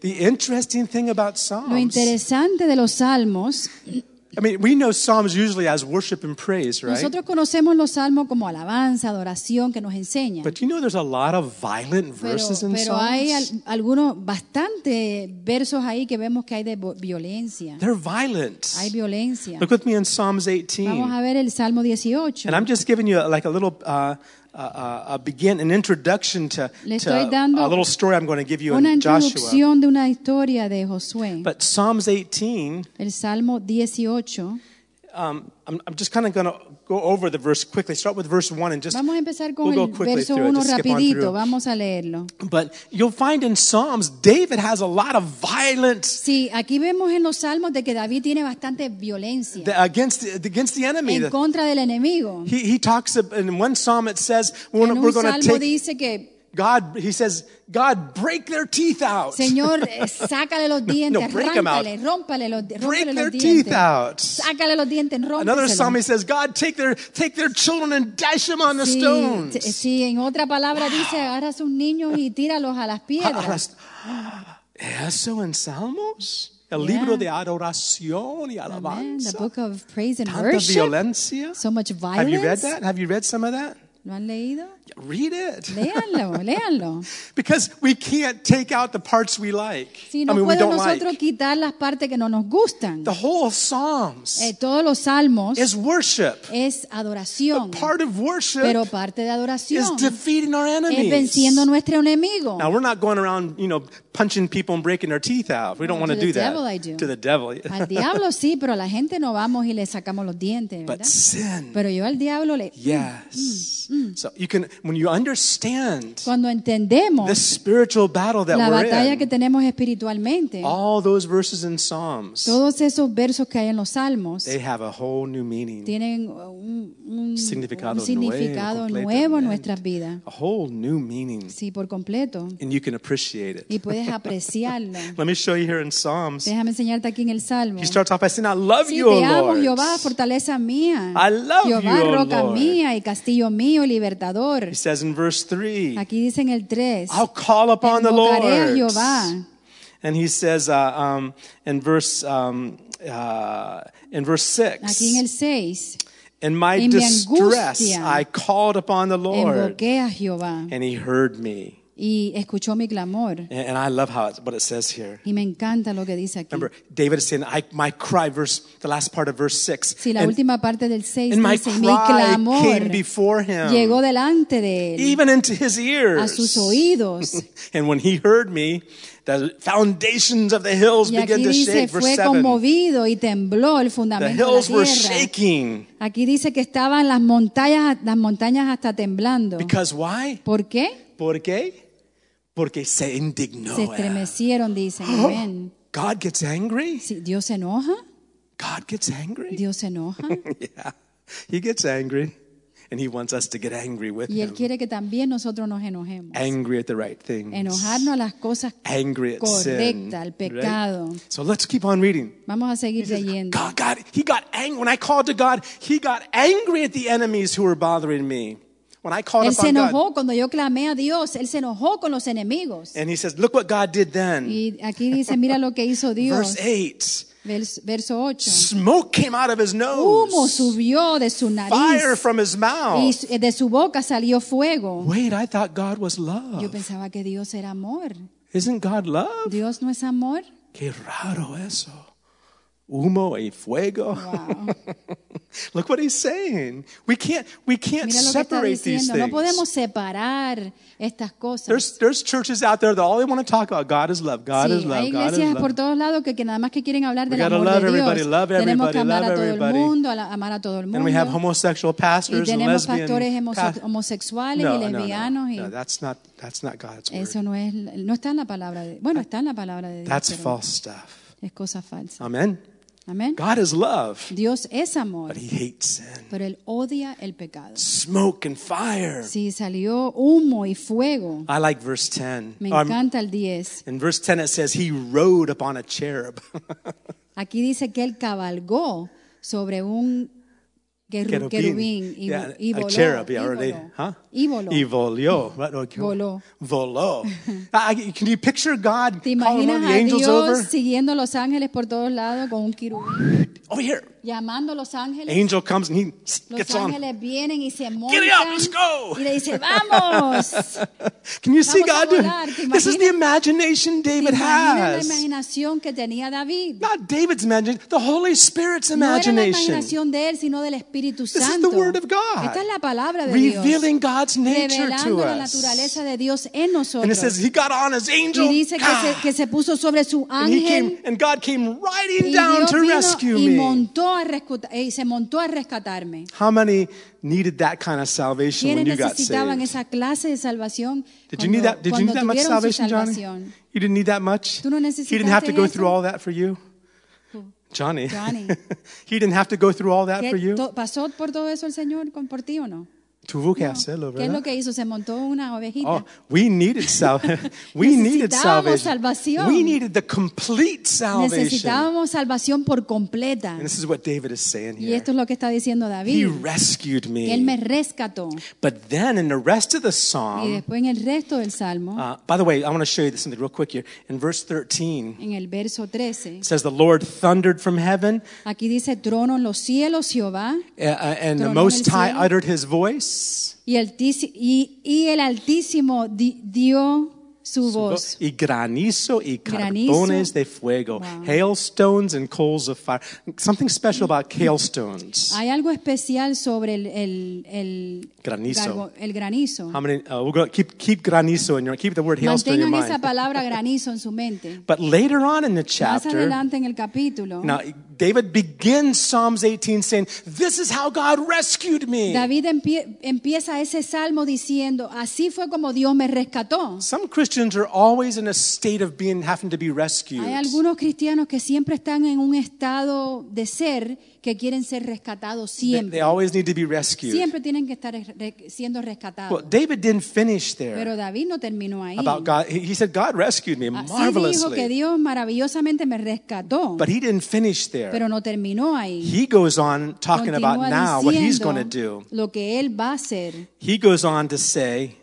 the interesting thing about
Lo
Psalms,
interesante de los salmos,
I mean, we know Psalms usually as worship and praise, right?
nosotros conocemos los salmos como alabanza, adoración, que nos enseña.
But you know there's a lot of violent
Pero,
verses in
pero
Psalms?
hay al- algunos, bastante versos ahí que vemos que hay de vo- violencia.
They're violent.
Hay violencia.
Look with me in Psalms 18.
Vamos a ver el Salmo 18.
And I'm just giving you like a little uh, uh, uh, a begin an introduction to,
Le
to
estoy dando
a little story I'm going to give you
Una
in Joshua.
introducción de una historia de Josué.
But Psalms 18,
El Salmo 18.
um, I'm, I'm just kind of going to go over the verse quickly. Start with verse one and just
Vamos a empezar con
we'll go
el
quickly
verso
through it,
1
just skip on
rapidito.
through.
Vamos a leerlo.
But you'll find in Psalms David has a lot of violence
Sí, aquí vemos en los salmos de que David tiene bastante violencia
the- against the, against the enemy.
en
The-
contra del enemigo.
he, he talks ab- in one psalm. It says we're,
En
we're
un
going to
salmo
take
dice que
God. He says God break their teeth out.
Señor, eh, sácale los dientes,
break 'em out.
arráncale, rómpale los, rómpale
break
los
their teeth
dientes.
out.
Sácale los dientes,
Another psalm
rómpale.
he says, God, take their take their children and dash them on the
Sí,
stones.
t- sí, en otra palabra dice, agarra a sus niños y tíralos a las piedras.
Ah, Eso en Salmos, el
Yeah.
libro de adoración y
Amén. The
alabanza.
book of praise and
Tanta
worship.
violencia.
So much
Have you read
violence.
that? Have you read some of that?
¿Lo han leído?
Read it.
Léanlo, léanlo.
Because we can't take out the parts we like.
Si
I
no
mean, we don't
podemos nosotros
like.
quitar las partes que no nos gustan.
The whole Psalms
Eh, todos los salmos
is worship.
es adoración,
Part of worship
pero parte de
is
adoración
defeating our
es
enemies.
venciendo a nuestro enemigo.
Now we're not going around, you know, punching people and breaking their teeth out. We don't
No,
want to
Oh, to
do
the
that.
devil I do.
To the devil.
Al diablo sí, pero a la gente no vamos y le sacamos los dientes,
but
¿verdad?
sin,
Pero yo al diablo le...
yes,
mm.
So you can, when you understand
Cuando entendemos
this spiritual battle that
la
we're
batalla
in,
que tenemos espiritualmente,
all those verses in Psalms,
todos esos versos que hay en los salmos
they have a whole new meaning,
tienen un, un-
Significado
un
nuevo,
significado
completamente.
nuevo en nuestras vidas.
a whole new meaning,
Sí, por completo.
and you can appreciate
Y
it.
puedes apreciarlo.
Let me show you here in Psalms.
Déjame enseñarte aquí en el Salmo.
He starts off by saying, I love
Sí,
you, O
te amo,
Lord.
Jehová, fortaleza mía.
I love
Jehová,
you, O
roca
Lord.
mía y castillo mío, y libertador.
He says in verse 3,
Aquí dice en el 3.
I'll call upon the Lord.
Invocaré a Jehová.
And he says uh, um, in verse um, uh, in verse
Aquí en el
six,
6.
in my
en mi
distress
angustia,
I called upon the Lord,
Invoqué a Jehová
and he heard me.
y escuchó mi clamor.
And, and I love how it, what it says here.
Y me encanta lo que dice aquí.
Remember, David is saying, I, "My cry." Verse the last part of verse six.
Si la
and,
última parte del 6
and my
dice, mi
cry came
clamor
before him,
llegó delante de él,
even into his ears.
a sus oídos.
and when he heard me, the foundations of the hills
Y
began
aquí
to
dice,
shake. Verse
fue
seven.
conmovido y tembló el
The
fundamento
hills
de la
were
tierra.
shaking.
Aquí dice que estaban las montañas, las montañas hasta temblando.
Because why?
¿Por qué?
¿Por qué? Porque se indignó.
Se
él.
estremecieron, dicen.
Oh.
Amén.
God gets angry.
Sí, Dios se enoja,
God gets angry.
Dios se enoja.
yeah. He gets angry. And he wants us to get angry with
Y Él
him.
quiere que también nosotros nos enojemos.
Angry at the right things.
Enojarnos a las cosas
Angry at sin.
correctas, al pecado.
right? So let's keep on reading.
Vamos a seguir leyendo.
God, God, he got angry. When I called to God, he got angry at the enemies who were bothering me. When I called
Él se
upon God.
enojó cuando yo clamé a Dios, Él se enojó con los enemigos.
And he says, look what God did then.
Y aquí dice, mira lo que hizo Dios,
Verse 8.
Vers- verso 8.
Smoke came out of his nose.
Humo subió de su
fire
nariz
from his
y
mouth.
su- de su boca salió fuego.
Wait, I thought God was
Yo
love.
pensaba que Dios era amor.
Isn't God love?
¿Dios no es amor?
Qué raro eso. Humo y fuego.
Wow.
Look what he's saying. We can't we can't
Mira lo que está
separate these
diciendo. No
things.
podemos separar estas cosas.
There's there's churches out there that all they want to talk about God is love. God is
Sí,
love.
hay
God is
iglesias
love.
por todos lados que, que nada más que quieren hablar
We
del
gotta
amor
love
de Dios.
everybody, love
Tenemos
everybody,
que amar
love
a todo
everybody.
el mundo, a la- amar a todo el
and we have
mundo.
homosexual
Y
pastors and
tenemos
lesbian
pastores homo-
pas-
homosexuales
no,
y
no, no,
lesbianos y
no, that's not that's not God's word.
eso no es no está en la palabra de bueno está en la palabra de Dios.
That's
pero
false stuff.
Es cosa falsa.
Amen.
Amén.
God is love,
Dios es amor,
but he hates sin.
pero él odia el pecado.
smoke and fire.
Si salió humo y fuego.
I like verse 10.
Me
Um,
encanta el 10.
in verse 10, it says, He rode upon a cherub.
Aquí dice que él cabalgó sobre un querubín, querubín y,
Yeah,
y
a
voló.
cherub, yeah,
y
or they-
voló,
huh?
y voló.
Y voló. What do I call-
Voló.
Voló. I- I- can you picture God
¿Te
calling
imaginas
one of the
a
angels
Dios
over?
siguiendo a los ángeles por todos lados con un querubín,
Over Oh, here.
llamando a los ángeles?
Angel comes and he
Los
gets on.
ángeles vienen y se montan
Giddy up, let's go.
y le dicen, ¡vamos!
Can you see
Vamos a
God doing
volar, ¿te
This is the imagination
¿Te
David
imaginas la
has.
imaginación que tenía David?
Not David's imagination, the Holy Spirit's
No era la
imagination.
imaginación de él, sino del Espíritu
This is
Santo.
the Word of God.
Esta es la palabra de Dios.
Revealing God's nature
revelando
to
la
us.
naturaleza de Dios en
And it
nosotros.
says he got on his angel.
Y dice que se,
Ah.
que se puso sobre su
and he came
ángel
and God came
y
riding down
Dios
to rescue
vino y
me.
montó a rescuta- y se montó a rescatarme.
How many needed that kind of salvation when
¿Quiénes
you got
necesitaban
saved?
esa clase de
Did
salvación
you
cuando,
need that? Did you
cuando
need that much
tuvieron su
salvation, Johnny?
salvación?
You didn't need that much.
¿Tú no
he didn't have to
necesitaste
go
eso?
through all that for you, Johnny.
Johnny.
he didn't have to go through all that
¿Qué-
for you.
to- ¿Pasó por todo eso el Señor con, por ti o no?
Tuvo que hacerlo,
¿Qué es lo
¿verdad?
que hizo? Se montó una ovejita.
Oh, we needed salvation. we needed salvation.
Necesitábamos salvación.
We needed the complete salvation. And
Necesitábamos salvación por completa.
this is what David is saying
Y
here.
esto es lo que está diciendo
He
David.
rescued
que Él
me.
me rescató.
But then in the rest of the
Y
psalm,
después en el resto del Salmo,
uh, by the way, I want to show you this something real quick here. In verse 13,
en el verso 13,
it says, The Lord thundered from heaven,
aquí dice, trono en los cielos, Jehová,
uh, uh, and the
Tronó en
Most
el
High
cielo.
uttered his voice,
y, altísi- y, y el Altísimo di- dio su voz.
y granizo y
Granizo.
carbones de fuego,
Wow.
hailstones and coals of fire. Something special about
Mm-hmm.
hailstones.
Hay algo especial sobre el, el, el
Granizo.
el granizo.
How many? Uh, we're going to keep, keep granizo in your keep the word hailstone in your
Mantengan esa
mind.
palabra granizo en su mente.
But later on in the
Más
chapter,
adelante en el capítulo,
Now, David begins Psalms 18 saying, This is how God rescued me.
David empie- empieza ese salmo diciendo, así fue como Dios me rescató.
Some Christians are always in a state of being having to be rescued.
Hay algunos cristianos que siempre están en un estado de ser que quieren ser rescatados
They,
siempre.
they always need to be rescued.
Siempre tienen que estar es- re- siendo
Well,
rescatados.
David didn't finish there
Pero David no terminó ahí.
about God. He he said, God rescued me
Así dijo que
marvelously.
Dios maravillosamente me rescató,
But he didn't finish there.
pero no terminó ahí.
He goes on talking about
Continúa
now what he's
diciendo
going to do.
lo que él va a hacer.
He goes on to say,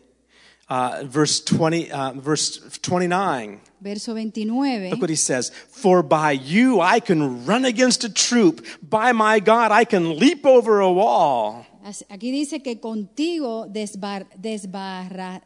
uh, verse, 20, uh, verse 29.
Verso 29.
Look what he says. For by you I can run against a troop. By my God, I can leap over a wall.
As- Aquí dice que contigo desbar, desbarra,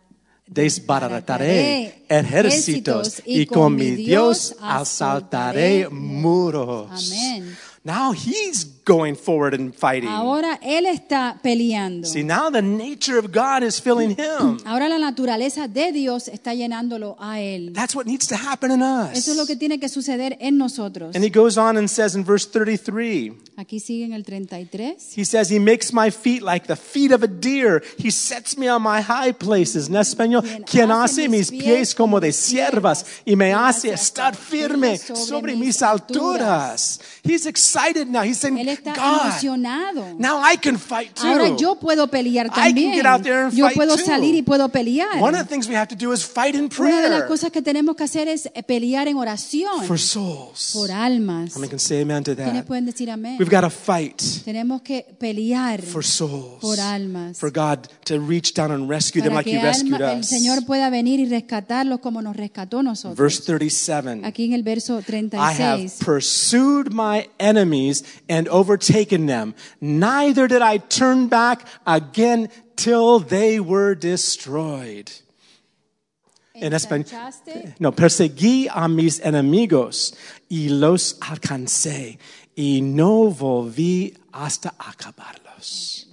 Desbarataré ejércitos y con mi Dios asaltaré muros.
Amén.
Now he's going forward and fighting.
Ahora él está peleando.
See, now the nature of God is filling him.
Ahora la naturaleza de Dios está llenándolo a él.
That's what needs to happen in us.
Eso es lo que tiene que suceder en nosotros.
And he goes on and says in verse 33,
Aquí sigue en el 33.
He says, He makes my feet like the feet of a deer. He sets me on my high places. En español,
Quien
quien
hace
hace mis
mis
pies
pies
como de
como
siervas
siervas
y me
y
hace
hace
estar
estar
firme
firme sobre
sobre
mis
mis alturas. He's excited now. He's saying,
Él está
God,
emocionado.
now I can fight
Ahora
too.
yo puedo pelear
I can
también.
get out there and
Yo
fight
puedo
too.
salir y puedo pelear.
One of the things we have to do is fight in
Una de las
prayer
cosas que tenemos que hacer es eh, pelear en oración
for souls.
por almas.
Someone can say amen to
¿Quiénes
that.
pueden decir amén?
We've got to fight
Tenemos que pelear
for souls,
por almas.
for God to reach down and rescue them
para
like He
que alma-
rescued
el
us.
Señor pueda venir y rescatarlos como nos rescató nosotros.
Verse 37.
Aquí en el verso
I have
36.
pursued my enemies and overtaken them. Neither did I turn back again till they were destroyed. En español.
Ensanchaste-
No, perseguí a mis enemigos y los alcancé y no volví hasta acabarlos.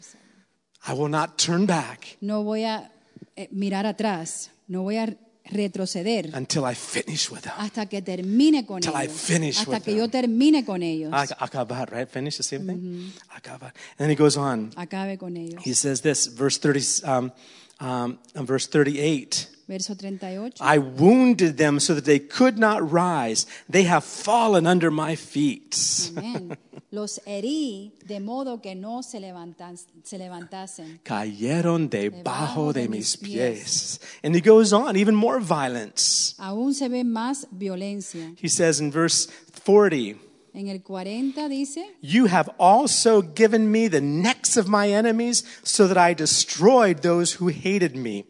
I will not turn back
No voy a eh, mirar atrás. No voy a retroceder.
until I finish with them.
hasta que termine con
Till I
ellos.
finish
Hasta
with
que
them.
yo termine con ellos.
Ac- Acabar, right? Finish the same thing? Acabar. And then he goes on.
Acabe con ellos.
He says this, verse 30, um, um, and verse 38.
Verso 38.
I wounded them so that they could not rise. They have fallen under my feet.
Amén. Los herí de modo que no se, levantan, se levantasen.
Cayeron debajo
Debajo
de
de
mis
mis
pies. And he goes on, even more violence.
Aún se ve más violencia.
He says in verse 40,
En el 40 dice,
You have also given me the necks of my enemies, so that I destroyed those who hated me.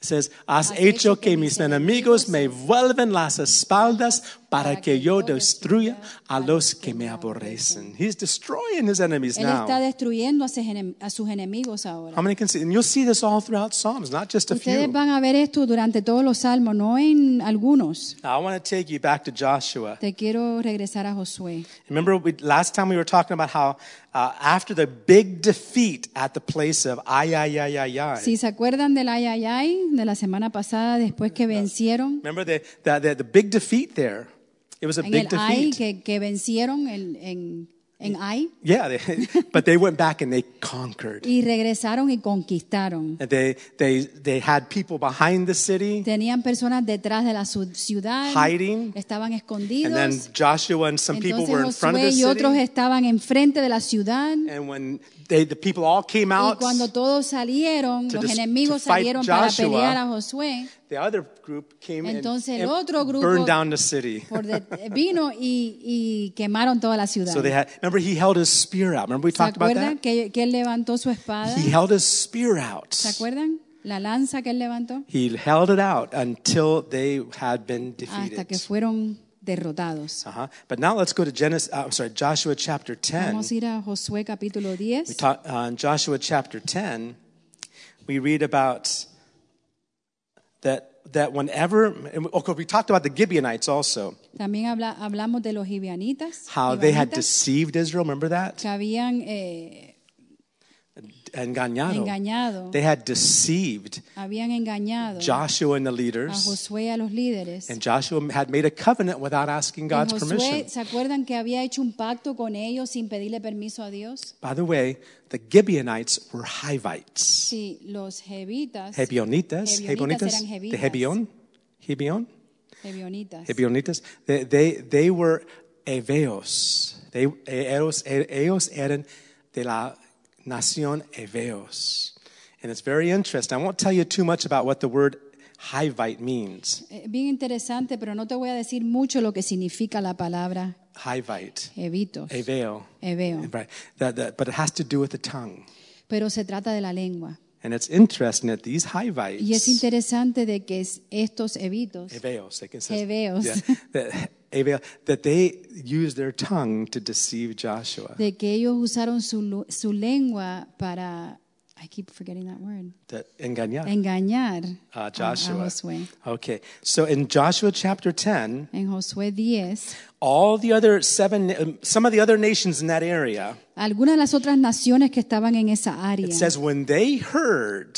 It says, Has hecho que mis enemigos me vuelven las espaldas para que yo destruya a los que me aborrecen. He's destroying his enemies
él está
now.
destruyendo a sus, enem- a sus enemigos ahora.
How many can see? And you'll see this all throughout Psalms, not just a
Ustedes
few.
van a ver esto durante todos los salmos, no en algunos.
Now, I want to take you back to Joshua.
Te quiero regresar a Josué.
Remember, we, last time we were talking about how uh, after the big defeat at the place of ay, ay, ay, ay, ay.
Si se acuerdan del ay, ay, ay de la semana pasada, después que vencieron,
Remember the, the, the, the big defeat there? It was a
en el
big
ay
defeat.
que, que vencieron el- en, en ay
Yeah, they, but they went back and they conquered.
y regresaron y conquistaron.
And they, they, they had people behind the city,
Tenían personas detrás de la su- ciudad,
Hiding.
estaban
and then
escondidos.
Joshua and some people
Entonces
were in front of the
Josué y otros
city.
estaban enfrente de la ciudad.
And when they, the people all came
Y
out,
cuando todos salieron,
to
los
dis-
enemigos
to fight
salieron para
Joshua.
pelear a Josué.
the other group came and,
Entonces el
and
otro grupo-
burned down the city.
Por det- vino y, y quemaron toda la ciudad.
So they had, remember he held his spear out. Remember we
¿Se
talked about
acuerdan
that?
que, que él levantó su espada?
He held his spear out.
¿Se acuerdan? La lanza que él levantó
He held it out until they had been
hasta
defeated.
que fueron derrotados.
Uh-huh. But now let's go to Genesis. Uh, I'm sorry, Joshua chapter 10.
Vamos a ir a Josué capítulo
We
10.
talk, uh, in Joshua chapter 10, we read about that that whenever and, okay, we talked about the Gibeonites also,
También habla- hablamos de los gibeonitas,
how they had
gibeonitas,
deceived Israel. Remember that?
que habían eh,
engañado.
engañado,
They had deceived
habían engañado
Joshua and the
a
leaders.
Josué y a los líderes.
And Joshua had made a covenant without asking
Y
God's
Josué,
permission.
¿se acuerdan que había hecho un pacto con ellos sin pedirle permiso a Dios?
By the way, the Gibeonites were Hivites.
Sí, los jevitas,
Hebionitas,
Hebionitas
Hebionitas,
eran
the
hebitas.
Hebion, Hebion,
hebionitas,
Hebionitas, they, they, they were Eveos. They, ellos, ellos eran de la nación Eveos. And it's very interesting. I won't tell you too much about what the word Hivite means.
Eh, bien interesante, pero no te voy a decir mucho lo que significa la palabra
Hivite,
jevitos,
Eveo.
hebeo,
Right. That, that, but it has to do with the tongue.
pero se trata de la lengua.
And it's interesting that these
Y es
Hivites,
interesante de que es- estos evitos
Eveos, they can say,
Eveos.
Yeah, that, Eveo, that they use their tongue to deceive Joshua.
de que ellos usaron su, lu- su lengua para I keep forgetting that word,
That engañar
engañar
uh,
a-
Joshua.
a Josué.
Okay, so in Joshua chapter 10,
En Josué 10,
all the other seven, um, some of the other nations in that area,
algunas de las otras naciones que estaban en esa área
it says when they heard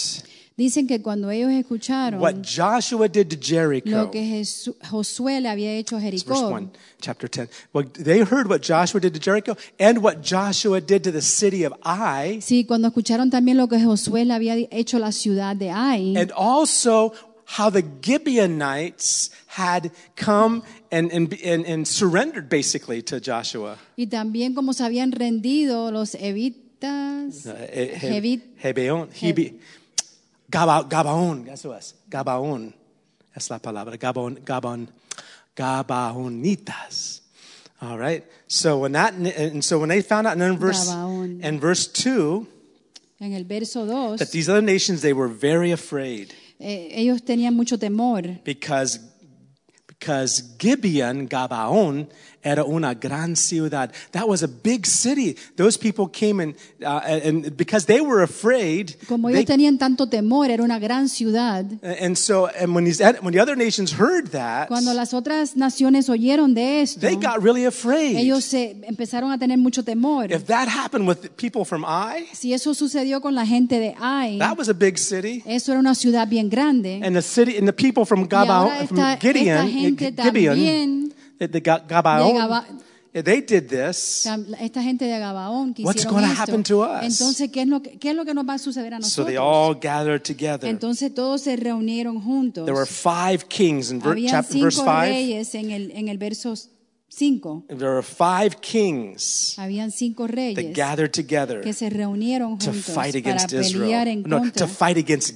dicen que cuando ellos escucharon
what Joshua did to
lo
Jericho,
que Jesu- Josué le había hecho a
It's verse
Jericó,
1, chapter 10. Well, they heard what Joshua did to Jericho and what Joshua did to the city of Ai,
sí, cuando escucharon también lo que Josué le había di- hecho a la ciudad de Ai,
and also how the Gibeonites had come and, and, and, and surrendered basically to Joshua.
y también como se habían rendido los evitas,
Uh, He-
Jebit-
He- Hebeon, Hebe- Gaba- Gabaon, eso es. Gabaon es la palabra. Gabaon, Gabon, Gabaonitas. All right. So when that, and so when they found out, and then verse,
Gabaon.
and verse two,
en el verso 2,
that these other nations they were very afraid
eh, ellos tenían mucho temor.
because because Gibeon Gabaon era una gran ciudad that was a big city those people came and uh, and because they were afraid
Como
they-
ellos tenían tanto temor, era una gran ciudad.
and so and when these when the other nations heard that
Cuando las otras naciones oyeron de esto,
they got really afraid
ellos se empezaron a tener mucho temor.
if that happened with people from Ai
Si eso sucedió con la gente de Ai,
that was a big city
eso era una ciudad bien grande.
and the city and the people from
ahora
Gabaon
esta-
from
esta
Gideon eh,
gente
Gibeon
también
the, the Ga- Gabaon eh,
Gaba-
they did this
Esta gente de Gabaón que
What's
hicieron
gonna
esto.
happen to us?
Entonces, ¿qué es, lo que, ¿qué es lo que nos va a suceder a
So
nosotros?
they all gathered together.
Entonces todos se reunieron juntos.
There were five kings in ver,
Habían
chapter,
cinco
verse 5.
reyes en el, en el verso 5.
There were five kings
Habían cinco
that
reyes
gathered together
que se reunieron
to
juntos
fight
para
against
pelear
Israel.
en
No, to
contra.
fight against,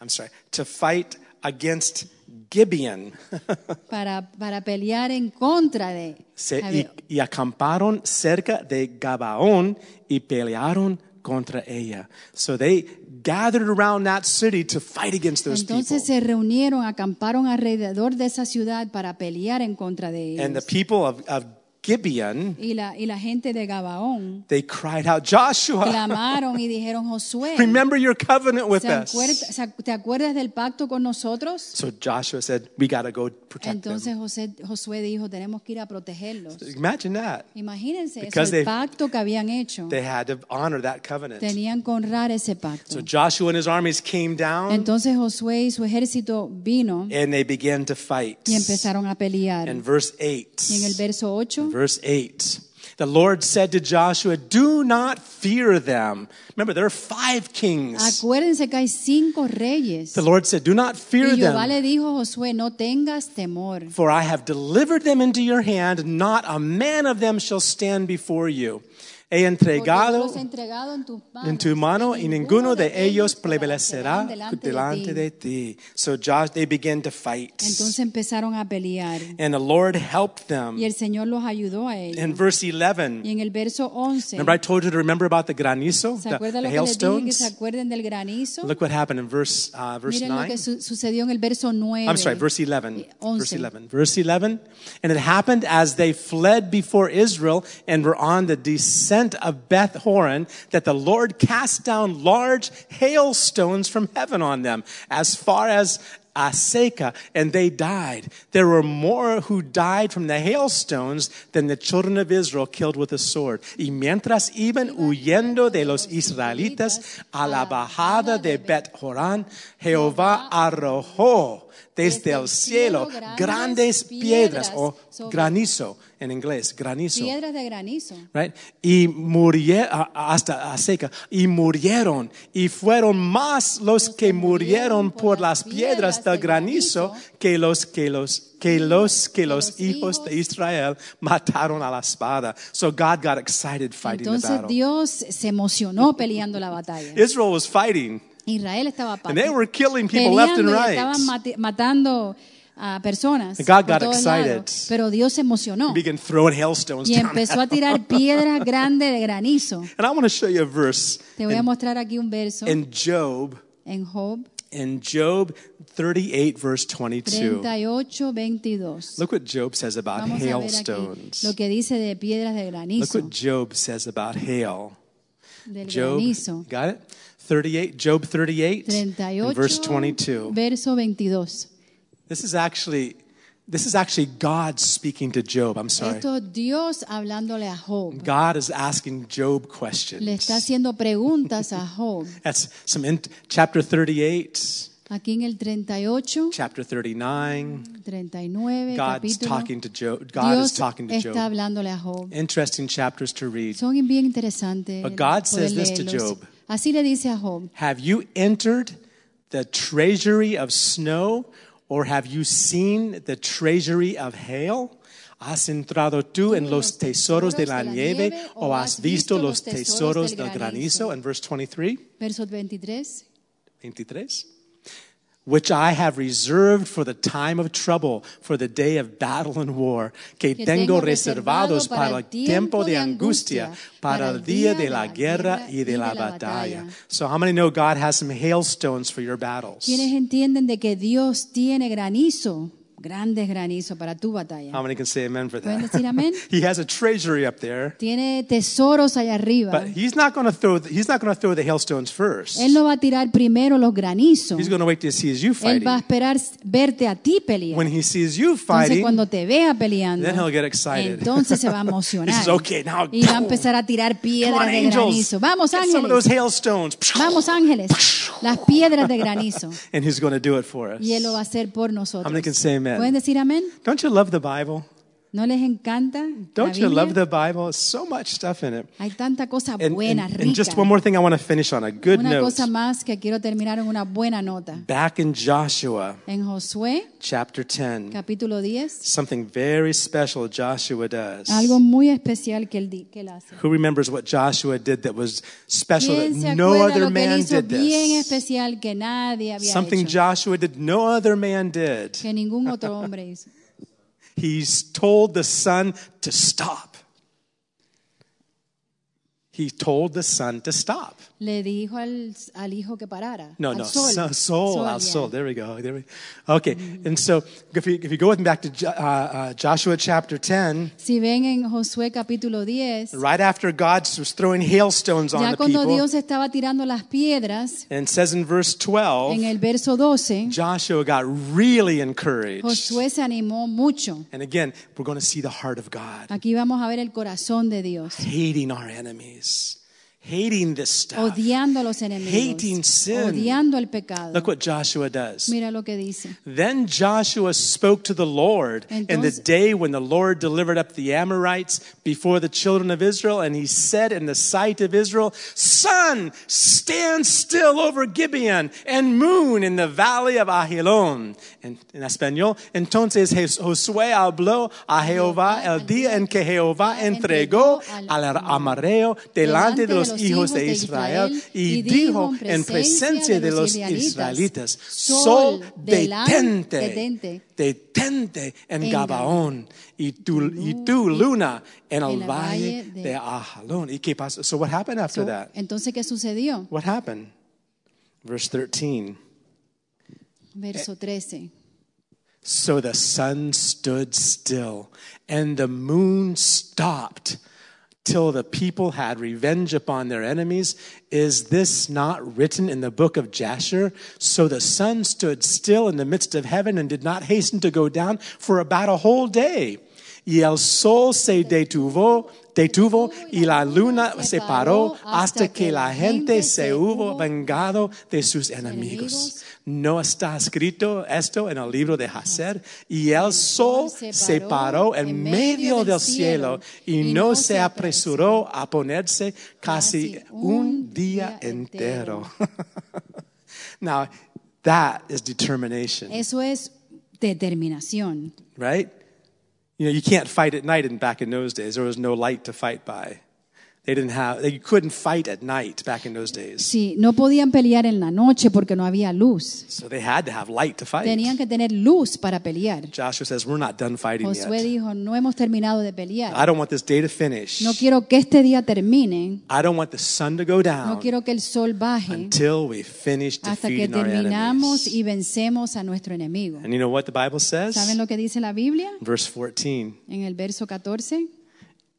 I'm sorry, to fight against Gibeon.
para, para pelear en contra de
Se, y,
Jabe-
y acamparon cerca de Gabaón y pelearon contra ella. So they gathered around that city to fight against those people.
Entonces se reunieron, acamparon alrededor de esa ciudad para pelear en contra de ellos.
And the people of, of Gibeon,
y, la, y la gente de Gabaón
they cried out, Joshua.
clamaron y dijeron, Josué,
Remember your covenant with
¿se acuer-
us.
se ac- ¿te acuerdas del pacto con nosotros?
So Joshua said, We got to go protect them.
Entonces José, Josué dijo, tenemos que ir a protegerlos.
Imagine that.
Imagínense eso,
Because they-
el pacto que habían hecho.
They had to honor that covenant.
Tenían que honrar ese
So
pacto.
Joshua and his armies came down
Entonces Josué y su ejército vino
and they began to fight.
y empezaron a pelear.
And verse 8.
Y en el verso 8,
Verse 8. The Lord said to Joshua, Do not fear them. Remember, there are five kings.
acuérdense que hay cinco reyes.
The Lord said, Do not fear
Y Jehová
them,
le dijo a Josué, no tengas temor,
for I have delivered them into your hand. Not a man of them shall stand before you. He
porque yo
entregado
los he entregado en tus manos,
en tu mano y ninguno de ellos prevalecerá
prevalecerán
delante
ti.
de ti. So Josh, they began to fight.
Entonces empezaron a pelear
And the Lord helped them.
y el Señor los ayudó a ellos.
In verse
Y
11,
en el verso 11,
remember I told you to remember about the granizo,
¿se
the,
acuerdan
the
lo que les dije que se
hailstones?
acuerden del granizo?
Look what happened in verse, uh, verse
Miren lo
9.
que su- sucedió en el verso 9.
I'm sorry, verse 11.
Once.
Verse 11. Verse 11. And it happened as they fled before Israel and were on the descent of Beth Horon that the Lord cast down large hailstones from heaven on them as far as Aseka, and they died. There were more who died from the hailstones than the children of Israel killed with the sword. Y mientras iban huyendo de los israelitas a la bajada de Bet Horán, Jehová arrojó desde el cielo grandes piedras o granizo en inglés, granizo.
Piedras de granizo.
Right? Y murieron hasta a seca y murieron y fueron más los que murieron por las piedras del granizo que los que los que los que los hijos de Israel mataron a la espada. So God got excited fighting the
Entonces
battle.
Dios se emocionó peleando la batalla.
Israel was fighting
Israel estaba
and they
peleando
were killing people left and
y estaban
right.
mate- matando a personas
And God
por
got
todos
excited.
lados. pero Dios se emocionó
Began throwing hailstones
y
down.
empezó a tirar piedras grandes de granizo.
And I want to show you a verse
Te voy a mostrar aquí un verso
in Job
en Job
in Job 38 verse 22.
38, 22.
Look what Job says about
Vamos a ver aquí
hailstones.
lo que dice de piedras de
Look
granizo,
what Job says about hail.
del
Job,
granizo.
got it? 38, Job 38, and
38,
verse 22.
verso 22.
This is actually, this is actually God speaking to Job. I'm sorry.
Esto es Dios hablándole a Job.
God is asking Job
Le está
questions.
haciendo preguntas a Job.
That's some in chapter 38,
Aquí en el 38,
chapter 39. God's
39, capítulo.
talking to Job. God is
Dios
talking to
está
Job.
hablándole a Job.
Interesting chapters to read.
Son bien interesantes.
But God
poder
says this to
leerlos.
Job.
Así le dice a Job.
Have you entered the treasury of snow, or have you seen the treasury of hail? ¿Has entrado tú en los tesoros de la nieve, o has visto los tesoros del granizo? In verse 23,
Verso 23.
23. Which I have reserved for the time of trouble, for the day of battle and war, que
que
tengo reservados para el tiempo de angustia, para el día de la guerra y de la batalla. So, how many know God has some hailstones for your battles?
¿Quiénes entienden de que Dios tiene granizo? Grandes granizo para tu
How
batalla.
many can say amen for
¿Pueden decir
that?
amén?
he has a treasury up there,
Tiene tesoros allá arriba.
but he's not going to throw. The, he's not going to throw the hailstones first.
Él no va a tirar primero los granizos.
He's going to wait till he sees you
Él va
fighting.
a esperar verte a ti pelear.
When he sees you
Entonces
fighting,
cuando te vea peleando,
then he'll get excited.
entonces se va a
He
emocionar.
says, "Okay, now
y va a
boom.
empezar a tirar
come on,
piedras de
angels,
granizo. Vamos
get some of those
ángeles,
hailstones,
vamos ángeles, las piedras de granizo.
and he's going to do it for us.
Y Él lo va a hacer por nosotros.
How many can say amen?
¿Pueden decir amén?
Don't you love the Bible?
¿No les encanta? la
Don't you love the
Biblia?
Bible? So much stuff in it.
Hay tanta cosa
And,
buena,
and-
rica.
and just one more thing I want to finish on a good
Una
note.
cosa más que quiero terminar en una buena nota.
Back in Joshua
En Josué,
chapter 10,
capítulo 10,
something very special Joshua does.
algo muy especial que él, di- que él hace.
Who remembers what Joshua did that was special that
¿Quién se
no
acuerda
other
lo que él
man
hizo
did
bien
this?
especial que nadie había
Something
hecho?
Joshua did no other man did.
Que ningún otro hombre hizo.
He's told the sun to stop. He told the sun to stop.
Le dijo al, al hijo que parara.
No,
al
no,
sol.
so- soul,
Sol,
our
yeah. Mm-hmm.
soul. There we go. There we Okay, and so if you, if you go with me back to Jo- uh, uh, Joshua chapter 10,
Si ven en Josué capítulo 10,
right after God was throwing hailstones on
ya
the
cuando
people,
Dios estaba tirando las piedras,
and it says in verse 12,
en el verso 12,
Joshua got really encouraged.
Josué se animó mucho.
And again, we're going to see the heart of God
Aquí vamos a ver el corazón de Dios,
hating our enemies, hating this stuff.
odiando a los
Hating
enemigos,
sin.
odiando el pecado.
Look what Joshua does.
Mira lo que dice.
Then Joshua spoke to the Lord in the
Entonces-
day when the Lord delivered up the Amorites before the children of Israel, and he said in the sight of Israel, Sun, stand still over Gibeon, and moon in the valley of Ajalon. En, en español, entonces Jes- Josué habló a Jehová el día en que Jehová entregó al amareo delante de los hijos de Israel, y dijo en presencia de los israelitas, Sol, detente, detente, en
en
Gabaón, y tú, y tú, luna, en el
en la
valle
valle de-
de Ajalón. ¿Y qué pasó? So what happened after
So,
that?
Entonces, ¿qué sucedió?
What happened? Verse 13. Eh.
Verso 13.
So the sun stood still, and the moon stopped till the people had revenge upon their enemies? Is this not written in the book of Jasher? So the sun stood still in the midst of heaven and did not hasten to go down for about a whole day. Y el sol se detuvo, detuvo y la luna se paró hasta que la gente se hubo vengado de sus enemigos. No está escrito esto en el libro de Hacer. Y el sol se paró en medio del cielo y no se apresuró a ponerse casi un día entero. now, that is determination,
Eso es determinación.
right? You know, you can't fight at night. And back in those days, there was no light to fight by. They didn't have. You couldn't fight at night back in those days.
Sí, no podían pelear en la noche porque no había luz.
So they had to have light to fight.
Tenían que tener luz para pelear.
Joshua says, "We're not done fighting
Josué
yet.
dijo, no hemos terminado de pelear.
I don't want this day to finish.
No quiero que este día termine.
I don't want the sun to go
No
down
quiero que el sol baje
until we finish
hasta que
defeating our
terminamos
enemies."
y vencemos a nuestro enemigo.
And you know what the Bible
¿Saben
says?
lo que dice la Biblia?
Verse 14.
En el verso 14.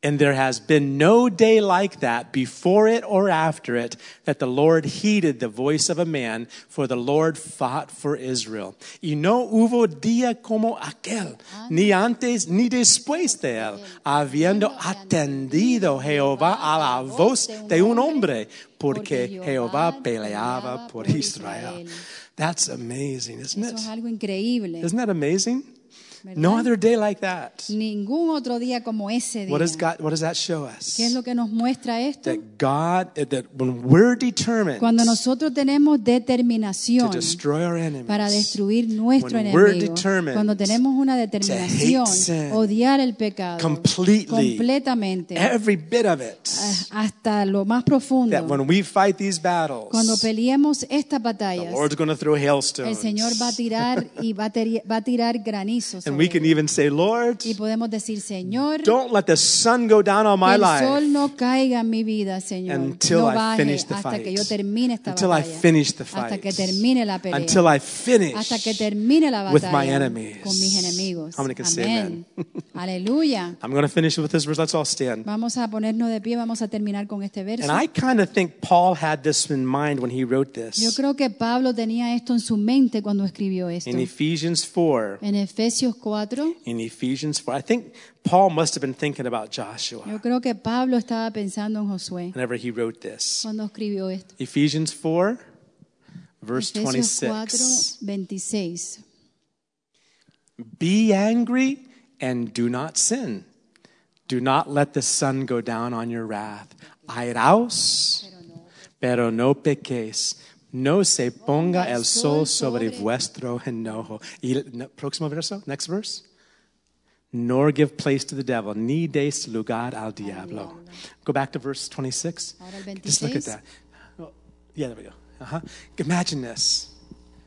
And there has been no day like that before it or after it that the Lord heeded the voice of a man, for the Lord fought for Israel. Y no hubo día como aquel, ni antes ni después de él, habiendo atendido Jehová a la voz Oh, de un hombre, porque Jehová peleaba por Israel. That's amazing, isn't
Eso es
it?
algo increíble.
Isn't that amazing? No
¿verdad?
other day like that.
Ningún otro día como ese día.
What does, God, what does that show us?
¿Qué es lo que nos muestra esto?
that God, eh, that when we're determined
Cuando nosotros tenemos
to
determinación
destroy our enemies,
para destruir nuestro
when we're
enemigo,
determined
cuando tenemos una determinación,
sin
odiar el pecado
completely,
completamente,
every bit of it,
a- hasta lo
that
más profundo,
when we fight these battles,
cuando
the
peleemos estas batallas,
Lord's going to throw
el
hailstones,
Señor va a tirar y va a, teri- va a tirar granizo.
and
sobre
we can
él.
even say, Lord,
Y podemos decir, Señor,
don't let the sun go down on
Que
my
el
life
sol no caiga en mi vida, Señor.
until
no
I
baje
finish the
hasta
fight,
que yo termine esta
until I
batalla.
finish the fight,
hasta que termine la pelea.
until I finish
hasta que termine la
with
batalla
my enemies.
con mis enemigos.
How many can say
Amén. Aleluya.
I'm going to finish with this verse. Let's all stand.
Vamos a ponernos de pie, vamos a terminar con este verso.
And I kind of think Paul had this in mind when he wrote
Yo
this.
creo que Pablo tenía esto en su mente cuando escribió esto.
In Ephesians 4,
En Efesios 4,
in Ephesians 4, I think Paul must have been thinking about Joshua
yo creo que Pablo estaba pensando en Josué
whenever he wrote this.
cuando escribió esto.
Ephesians 4, verse
Efesios 4,
26.
26.
Be angry and do not sin. Do not let the sun go down on your wrath. Airaos, pero no pequéis. No se ponga el sol sobre vuestro enojo. Y no, próximo verso, next verse. Nor give place to the devil, ni deis lugar al diablo. Go back to verse 26.
Ahora el
Just look at
26.
that. Oh, Yeah, there we go. Uh-huh. Imagine this.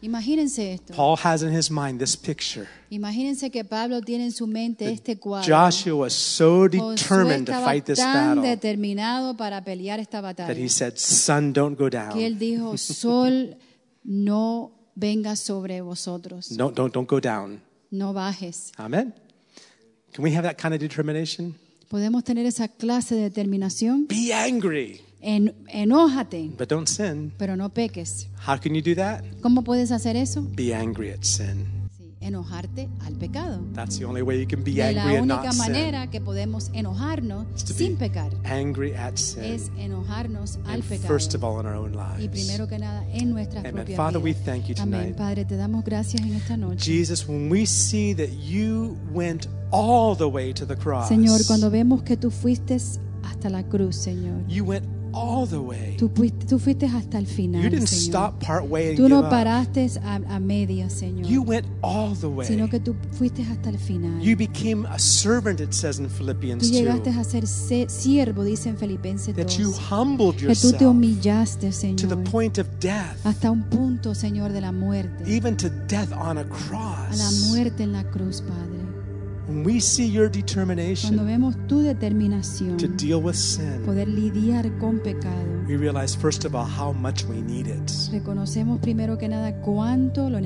Imagínense esto.
Paul has in his mind this picture.
Imagínense que Pablo tiene en su mente este cuadro.
Joshua was so
Josué
determined to
estaba
fight this
tan
battle
determinado para pelear esta
that he
batalla
said, Sun, don't go
que
down.
él dijo, sol no venga sobre vosotros,
Don't, don't, don't go down.
no bajes.
Amen. Can we have that kind of determination?
Podemos tener esa clase de determinación.
Be angry,
En, enójate,
but don't sin.
pero no peques.
How can you do that?
¿Cómo puedes hacer eso?
Be angry at sin.
Sí, enojarte al pecado.
That's the only way you can be
De
angry
la
and not
única
sin.
manera que podemos enojarnos
to
sin
be
pecar
Angry at sin.
es enojarnos al
And
pecado.
first of all, in our own
Y
lives.
primero que nada, en nuestras
Amen.
propias
Father, we
vidas.
thank you
Amén,
tonight.
Padre, te damos gracias en esta noche.
Jesus, when we see that you went all the way to the cross,
Señor, cuando vemos que tú fuiste hasta la cruz, Señor.
you went all the way.
Tú fuiste, tú fuiste hasta el final,
You didn't
Señor.
stop part way and
Tú
give
no
up.
paraste a, a medias, Señor,
You went all the way.
sino que tú fuiste hasta el final.
you became a servant, it says in
Tú
Philippians 2.
llegaste a ser se- siervo, dice en Filipenses
That you
2.
humbled
Que tú
yourself
te humillaste,
to the
Señor,
point of death,
hasta un punto, Señor, de la muerte.
even to death on a
A la
cross.
muerte en la cruz, Padre.
When we see your
Cuando
determination
vemos tu determinación,
to deal with sin,
poder lidiar con pecado,
we realize, first of all, how much we need it.
reconocemos primero que nada cuánto lo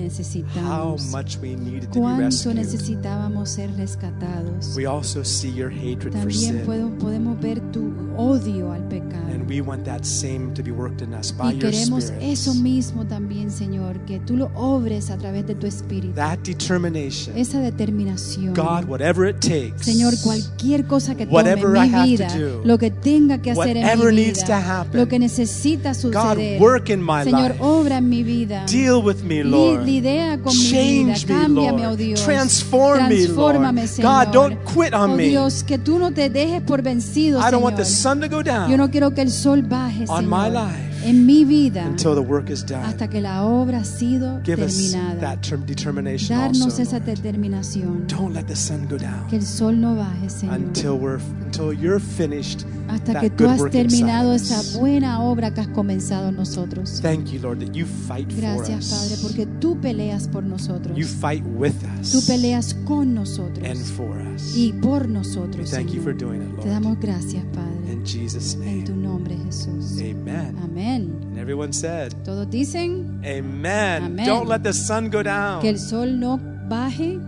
How
necesitamos,
much we needed to be
cuánto
rescued.
necesitábamos ser rescatados.
We also see your hatred for
También
sin.
puedo- podemos ver tu odio al pecado.
And we want that same to be worked in us by
Y
your
queremos eso
Spirit.
mismo también, Señor, que tú lo obres a través de tu espíritu.
That determination,
Esa determinación.
God, whatever it takes,
Señor, cualquier cosa que tome
Whatever I
en
have
mi vida,
to do,
lo que tenga que hacer en
whatever
mi
needs to
vida,
happen,
lo que necesita suceder,
work in my
Señor,
life.
obra en mi vida.
deal with me,
Li-
Lord.
Lidea con mi vida,
Change me,
cámbiame, oh
Lord.
Dios.
Transform me,
Transfórmame,
Lord.
Señor.
God, don't quit
oh
on me.
Dios, que tú no te dejes por vencido,
I don't want the
Señor.
sun to go
Yo no
down
quiero que el sol baje,
on
Señor,
my life
en mi vida,
until the work is done.
hasta que la obra ha sido
Give us
terminada.
that term determination
Darnos
also,
esa
Lord.
determinación,
Don't let the sun go down.
que el sol no baje, Señor.
until we're until you're finished
hasta
that
que tú
good
has
work inside
terminado
us.
esa buena obra que has comenzado en nosotros.
Thank you, Lord, that you fight for
Gracias, Padre,
us.
porque tú peleas por nosotros.
you fight with us
Tú peleas con
and
nosotros
for us.
y por
We
nosotros.
thank you for
Señor.
doing it,
Te
Lord.
damos gracias, Padre,
In Jesus'
en tu
name.
nombre, Jesús.
Amen.
Amén.
And everyone said,
Todos dicen
Amen.
Amen.
Don't let the sun go down.
que el sol no baje.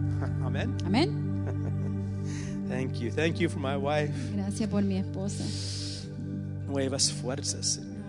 Amen.
Amén.
Thank you. Thank you for my wife.
Gracias por mi esposa.
Nuevas fuerzas, Señor.